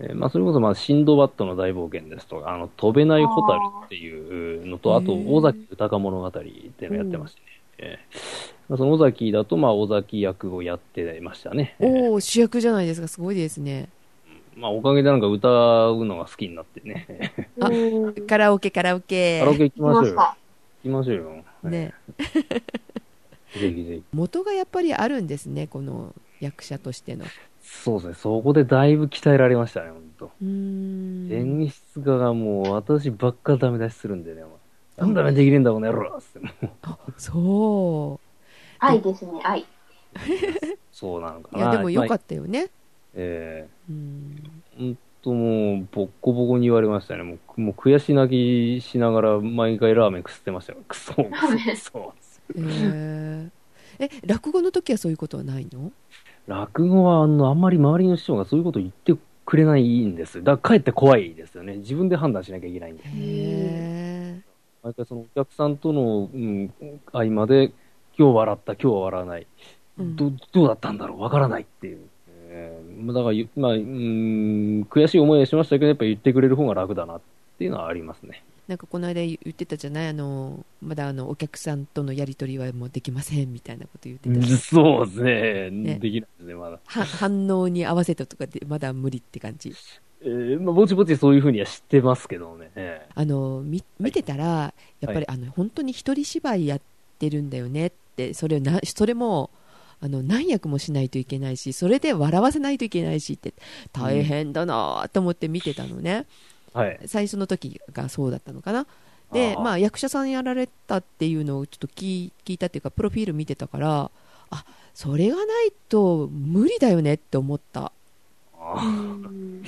[SPEAKER 3] えーまあ、それこそまあシンドバッドの大冒険ですとか、あの飛べないホタルっていうのと、
[SPEAKER 1] あ
[SPEAKER 3] あ
[SPEAKER 1] ー
[SPEAKER 3] と
[SPEAKER 1] へー
[SPEAKER 3] 尾崎豊物語っていうのをやってましてね。えーまあ、その尾崎だとまあ尾崎役をやってましたね。えー
[SPEAKER 1] おお主役じゃないですかすごいですね
[SPEAKER 3] まあ、おかげでなんか歌うのが好きになってね。
[SPEAKER 2] あ。
[SPEAKER 1] あ
[SPEAKER 2] うん行き
[SPEAKER 1] カラオケカラオケ
[SPEAKER 3] カラオケ行きまし
[SPEAKER 2] ま
[SPEAKER 3] ょう
[SPEAKER 2] し
[SPEAKER 3] よ。
[SPEAKER 2] た。
[SPEAKER 3] 行きましょうよ。
[SPEAKER 1] ね
[SPEAKER 3] えーぜひぜひ。
[SPEAKER 1] 元がやっぱりあるんですねこの役者としての
[SPEAKER 3] そうですね。そこでだいぶ鍛えられましたね、ほんと。
[SPEAKER 1] うーん
[SPEAKER 3] 演出家がもう私ばっかダメ出しするんでね、お前なんだめできねえんだこの野郎っつってもう
[SPEAKER 1] あそ
[SPEAKER 2] 愛ですね、愛。
[SPEAKER 3] そうなのか
[SPEAKER 1] うい
[SPEAKER 3] な。
[SPEAKER 1] やでもよか
[SPEAKER 3] った。
[SPEAKER 1] ったよね、
[SPEAKER 3] え
[SPEAKER 1] うん
[SPEAKER 3] えほんともう、ボッコボコに言われましたね。もう、もう悔し泣きしながら毎回ラーメンくすってましたよ。くそ、くそ、くそ。
[SPEAKER 1] えーえ落語の時はそういうことはないの
[SPEAKER 3] 落語はあのあんまり周りの師匠がそういうことを言ってくれないんですよだからかえって怖いですよね自分で判断しなきゃいけないんで
[SPEAKER 1] へ
[SPEAKER 3] 毎回そのお客さんとの、うん、合間で今日笑った今日は笑わない、
[SPEAKER 1] え、うん
[SPEAKER 3] どどうだったんだろうわからないっていう、えーまあだからゆ、まあ、うーん悔しい思いはしましたけどやっぱ言ってくれる方が楽だなっていうのはありますね
[SPEAKER 1] なんかこの間言ってたじゃないあのまだあのお客さんとのやり取りはもうできませんみたいなこと言ってたし、
[SPEAKER 3] そうですね
[SPEAKER 1] ね
[SPEAKER 3] できないですねまだ、
[SPEAKER 1] は反応に合わせたとかでまだ無理って感じ
[SPEAKER 3] えーまあ、ぼちぼちそういうふうには知ってますけどね、え
[SPEAKER 1] あのみ見てたら、やっぱりあの本当に一人芝居やってるんだよねってそれをなそれもあの何役もしないといけないしそれで笑わせないといけないしって大変だなと思って見てたのね、
[SPEAKER 3] ーはい
[SPEAKER 1] 最初の時がそうだったのかなで
[SPEAKER 3] あー
[SPEAKER 1] まあ、役者さんやられたっていうのをちょっと聞い聞いたっていうかプロフィール見てたからあそれがないと無理だよねって思った、
[SPEAKER 3] あー
[SPEAKER 2] うん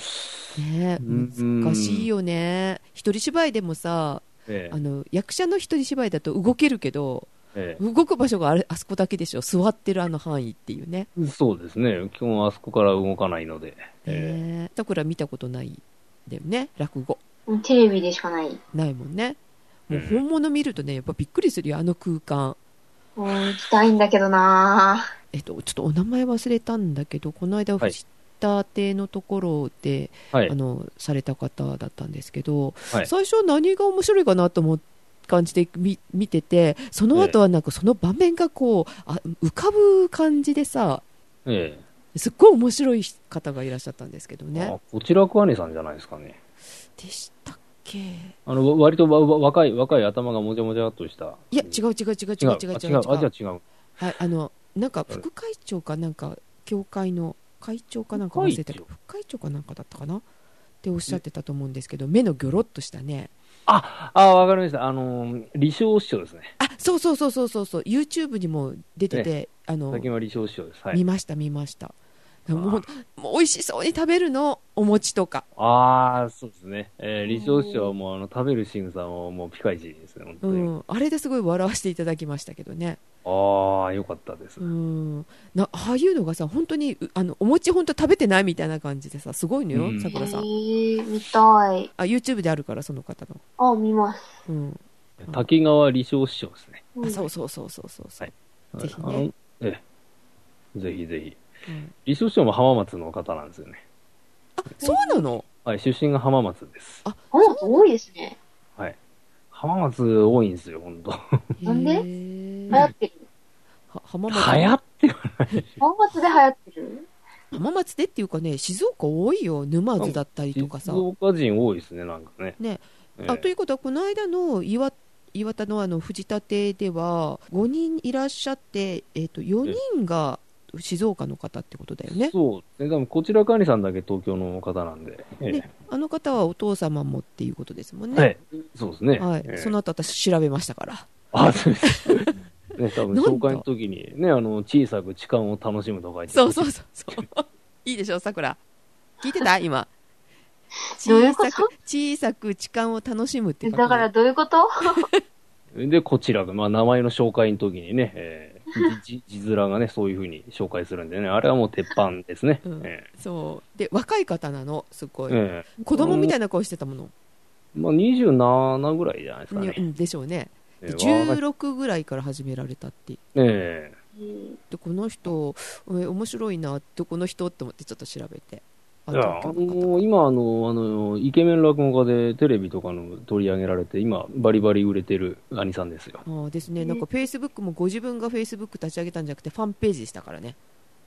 [SPEAKER 1] ね、
[SPEAKER 3] うん
[SPEAKER 1] 難しいよね一人芝居でもさ
[SPEAKER 3] ええ
[SPEAKER 1] あの役者の一人芝居だと動けるけど
[SPEAKER 3] ええ
[SPEAKER 1] 動く場所があれあそこだけでしょ座ってるあの範囲っていうね
[SPEAKER 3] そうですね、基本あそこから動かないので、え
[SPEAKER 1] ねさくら見たことないんだよね落語
[SPEAKER 2] うんテレビでしかない。
[SPEAKER 1] ないもんねもう
[SPEAKER 3] うん
[SPEAKER 1] 本物見るとねやっぱびっくりするよあの空間
[SPEAKER 2] うん行きたいんだけどなぁ
[SPEAKER 1] えっと、ちょっとお名前忘れたんだけど、この間、
[SPEAKER 3] はい
[SPEAKER 1] 藤田邸のところで、
[SPEAKER 3] ーはい
[SPEAKER 1] あ、のされた方だったんですけど、
[SPEAKER 3] はい
[SPEAKER 1] 最初は何が面白いかなと思う感じで見見てて、その後はなんかその場面がこう、あ浮かぶ感じでさ、
[SPEAKER 3] え
[SPEAKER 1] すっごい面白い方がいらっしゃったんですけど
[SPEAKER 3] え
[SPEAKER 1] ね
[SPEAKER 3] あ。こちらく姉さんじゃないですかね、
[SPEAKER 1] でしたっけ
[SPEAKER 3] あのわ割とわわ若い若い頭がもじゃもじゃっとした、
[SPEAKER 1] いや、違う違う違う違う違う違う違う
[SPEAKER 3] ああじゃあ違う、
[SPEAKER 1] はい、あのなんか副会長かなんか教会の会長かなんか忘れたけど副会長かなんかだったかなっておっしゃってたと思うんですけど目のギョロッとしたね
[SPEAKER 3] ああわかりました、あのー、理想師匠ですね、
[SPEAKER 1] あそうそうそうそうそうそう YouTube にも出てて、あの、
[SPEAKER 3] 先は理想師匠です、は
[SPEAKER 1] 見
[SPEAKER 3] い、
[SPEAKER 1] ました見ました
[SPEAKER 3] ー
[SPEAKER 1] もうもう美味しそうに食べるのお餅とか、
[SPEAKER 3] ああ、そうですね、えー、理想師匠はもうあの食べる仕草ももうピカイチですね、本当
[SPEAKER 1] う
[SPEAKER 3] に、
[SPEAKER 1] ん、あれですごい笑わせていただきましたけどね、
[SPEAKER 3] ああ、よかったです、
[SPEAKER 1] うん、なああいうのがさ本当にうあのお餅本当食べてないみたいな感じでさすごいの
[SPEAKER 3] うん
[SPEAKER 1] よさ
[SPEAKER 2] え
[SPEAKER 1] くらさん、
[SPEAKER 2] ー、見たい。
[SPEAKER 1] あ YouTube であるからその方の、
[SPEAKER 2] あ、見ます。
[SPEAKER 1] うん、
[SPEAKER 3] 滝川理想師匠ですね。
[SPEAKER 2] うん
[SPEAKER 1] あそうそうそうそうそうそう、
[SPEAKER 3] はい
[SPEAKER 1] ぜひね
[SPEAKER 3] あのええ。ぜひぜひ。
[SPEAKER 1] うん
[SPEAKER 3] 一出身も浜松の方なんですよね。
[SPEAKER 1] あそうなの
[SPEAKER 3] はい、出身が浜松です。
[SPEAKER 2] 浜松多いですね。
[SPEAKER 3] はい。浜松多いんですよ、ほんと。
[SPEAKER 2] なんで
[SPEAKER 1] へ
[SPEAKER 2] 流行
[SPEAKER 1] ー
[SPEAKER 2] ってる。
[SPEAKER 1] は浜
[SPEAKER 3] 流
[SPEAKER 1] 松
[SPEAKER 3] 行っては
[SPEAKER 2] 浜松で流行ってる
[SPEAKER 1] 浜松でっていうかね静岡多いよ沼津だったりとか
[SPEAKER 3] 静
[SPEAKER 1] さ
[SPEAKER 3] 岡人多いですね、なんかね。
[SPEAKER 1] ね
[SPEAKER 3] ええ
[SPEAKER 1] あということはこの間の岩岩田のあの藤立では5人いらっしゃって、えっと4人が静岡の方ってことだよね
[SPEAKER 3] そうですね。でも、こちら管理さんだけ東京の方なんで。ええ
[SPEAKER 1] ねあの方はお父様もっていうことですもん
[SPEAKER 3] は
[SPEAKER 1] ね
[SPEAKER 3] い。そうですね。
[SPEAKER 1] はい、
[SPEAKER 3] ええ
[SPEAKER 1] その後私調べましたから
[SPEAKER 3] あ、そうです。 ね、多分
[SPEAKER 1] なんだ
[SPEAKER 3] 紹介の時に、ね、あの、小さく痴漢を楽しむとか言って。
[SPEAKER 1] そうそうそうそういいでしょさくら聞いてた今
[SPEAKER 2] どうい
[SPEAKER 1] 小
[SPEAKER 2] うこと
[SPEAKER 1] さく小さく痴漢を楽しむって書くの
[SPEAKER 2] だからどういうこと
[SPEAKER 3] で、こちらが、まあ、名前の紹介の時にね、えー、じじ字 面がね、そういうふうに紹介するんでね、あれはもう鉄板ですね。
[SPEAKER 1] うん
[SPEAKER 3] え
[SPEAKER 1] そうで若い方なのすごい、
[SPEAKER 3] ーえ
[SPEAKER 1] 子供みたいな顔してたもの、
[SPEAKER 3] ーまあ、27ぐらいじゃないですか
[SPEAKER 1] にう
[SPEAKER 3] ね。
[SPEAKER 1] ん、でしょうね
[SPEAKER 3] え
[SPEAKER 1] で
[SPEAKER 3] ー若い
[SPEAKER 1] 16ぐらいから始められたって
[SPEAKER 3] え
[SPEAKER 2] うん
[SPEAKER 1] でこの人え面白いなってこの人って思ってちょっと調べて
[SPEAKER 3] え
[SPEAKER 1] あ
[SPEAKER 3] いやあ
[SPEAKER 1] 東京の方
[SPEAKER 3] の今あの、あの、イケメン落語家でテレビとかの取り上げられて、今、バリバリ売れてる兄さんですよ。
[SPEAKER 1] ああですねなんかフェイスブックもご自分がフェイスブック立ち上げたんじゃなくてファンページでしたからね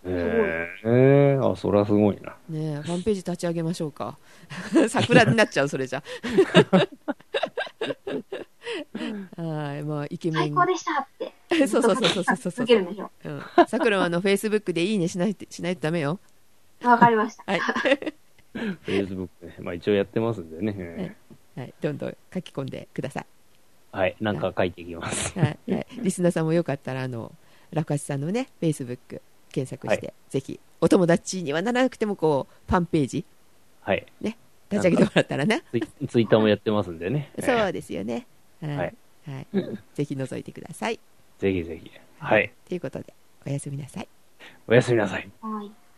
[SPEAKER 3] ええええあ、そりゃすごいな。
[SPEAKER 1] ねえファンページ立ち上げましょうか 桜になっちゃうそれ じゃはいまあイケメ
[SPEAKER 2] 最
[SPEAKER 1] ン
[SPEAKER 2] 高でしたって。
[SPEAKER 1] そうそうそうそうそうそう
[SPEAKER 2] 続けるんでしょ。
[SPEAKER 1] うん、桜はあのフェイスブックでいいねしないとしないとダメよ
[SPEAKER 2] わかりました。
[SPEAKER 1] はい、
[SPEAKER 3] フェイスブックね。まあ一応やってますんでね。え
[SPEAKER 1] はい、どんどん書き込んでください
[SPEAKER 3] えはい。なんか書いていきます。
[SPEAKER 1] はい、はい、リスナーさんもよかったらあの楽橋さんのねフェイスブック検索して、ぜひお友達にはならなくてもこうファンページ
[SPEAKER 3] はい。
[SPEAKER 1] 立ち上げてもらったらな
[SPEAKER 3] ツイツイッターもやってますんでね。ええ
[SPEAKER 1] そうですよねはい、は
[SPEAKER 3] はいい
[SPEAKER 1] ぜひ覗いてください
[SPEAKER 3] ぜひぜひ。はい。
[SPEAKER 1] ということでおやすみなさい
[SPEAKER 3] おやすみなさい。
[SPEAKER 2] はい。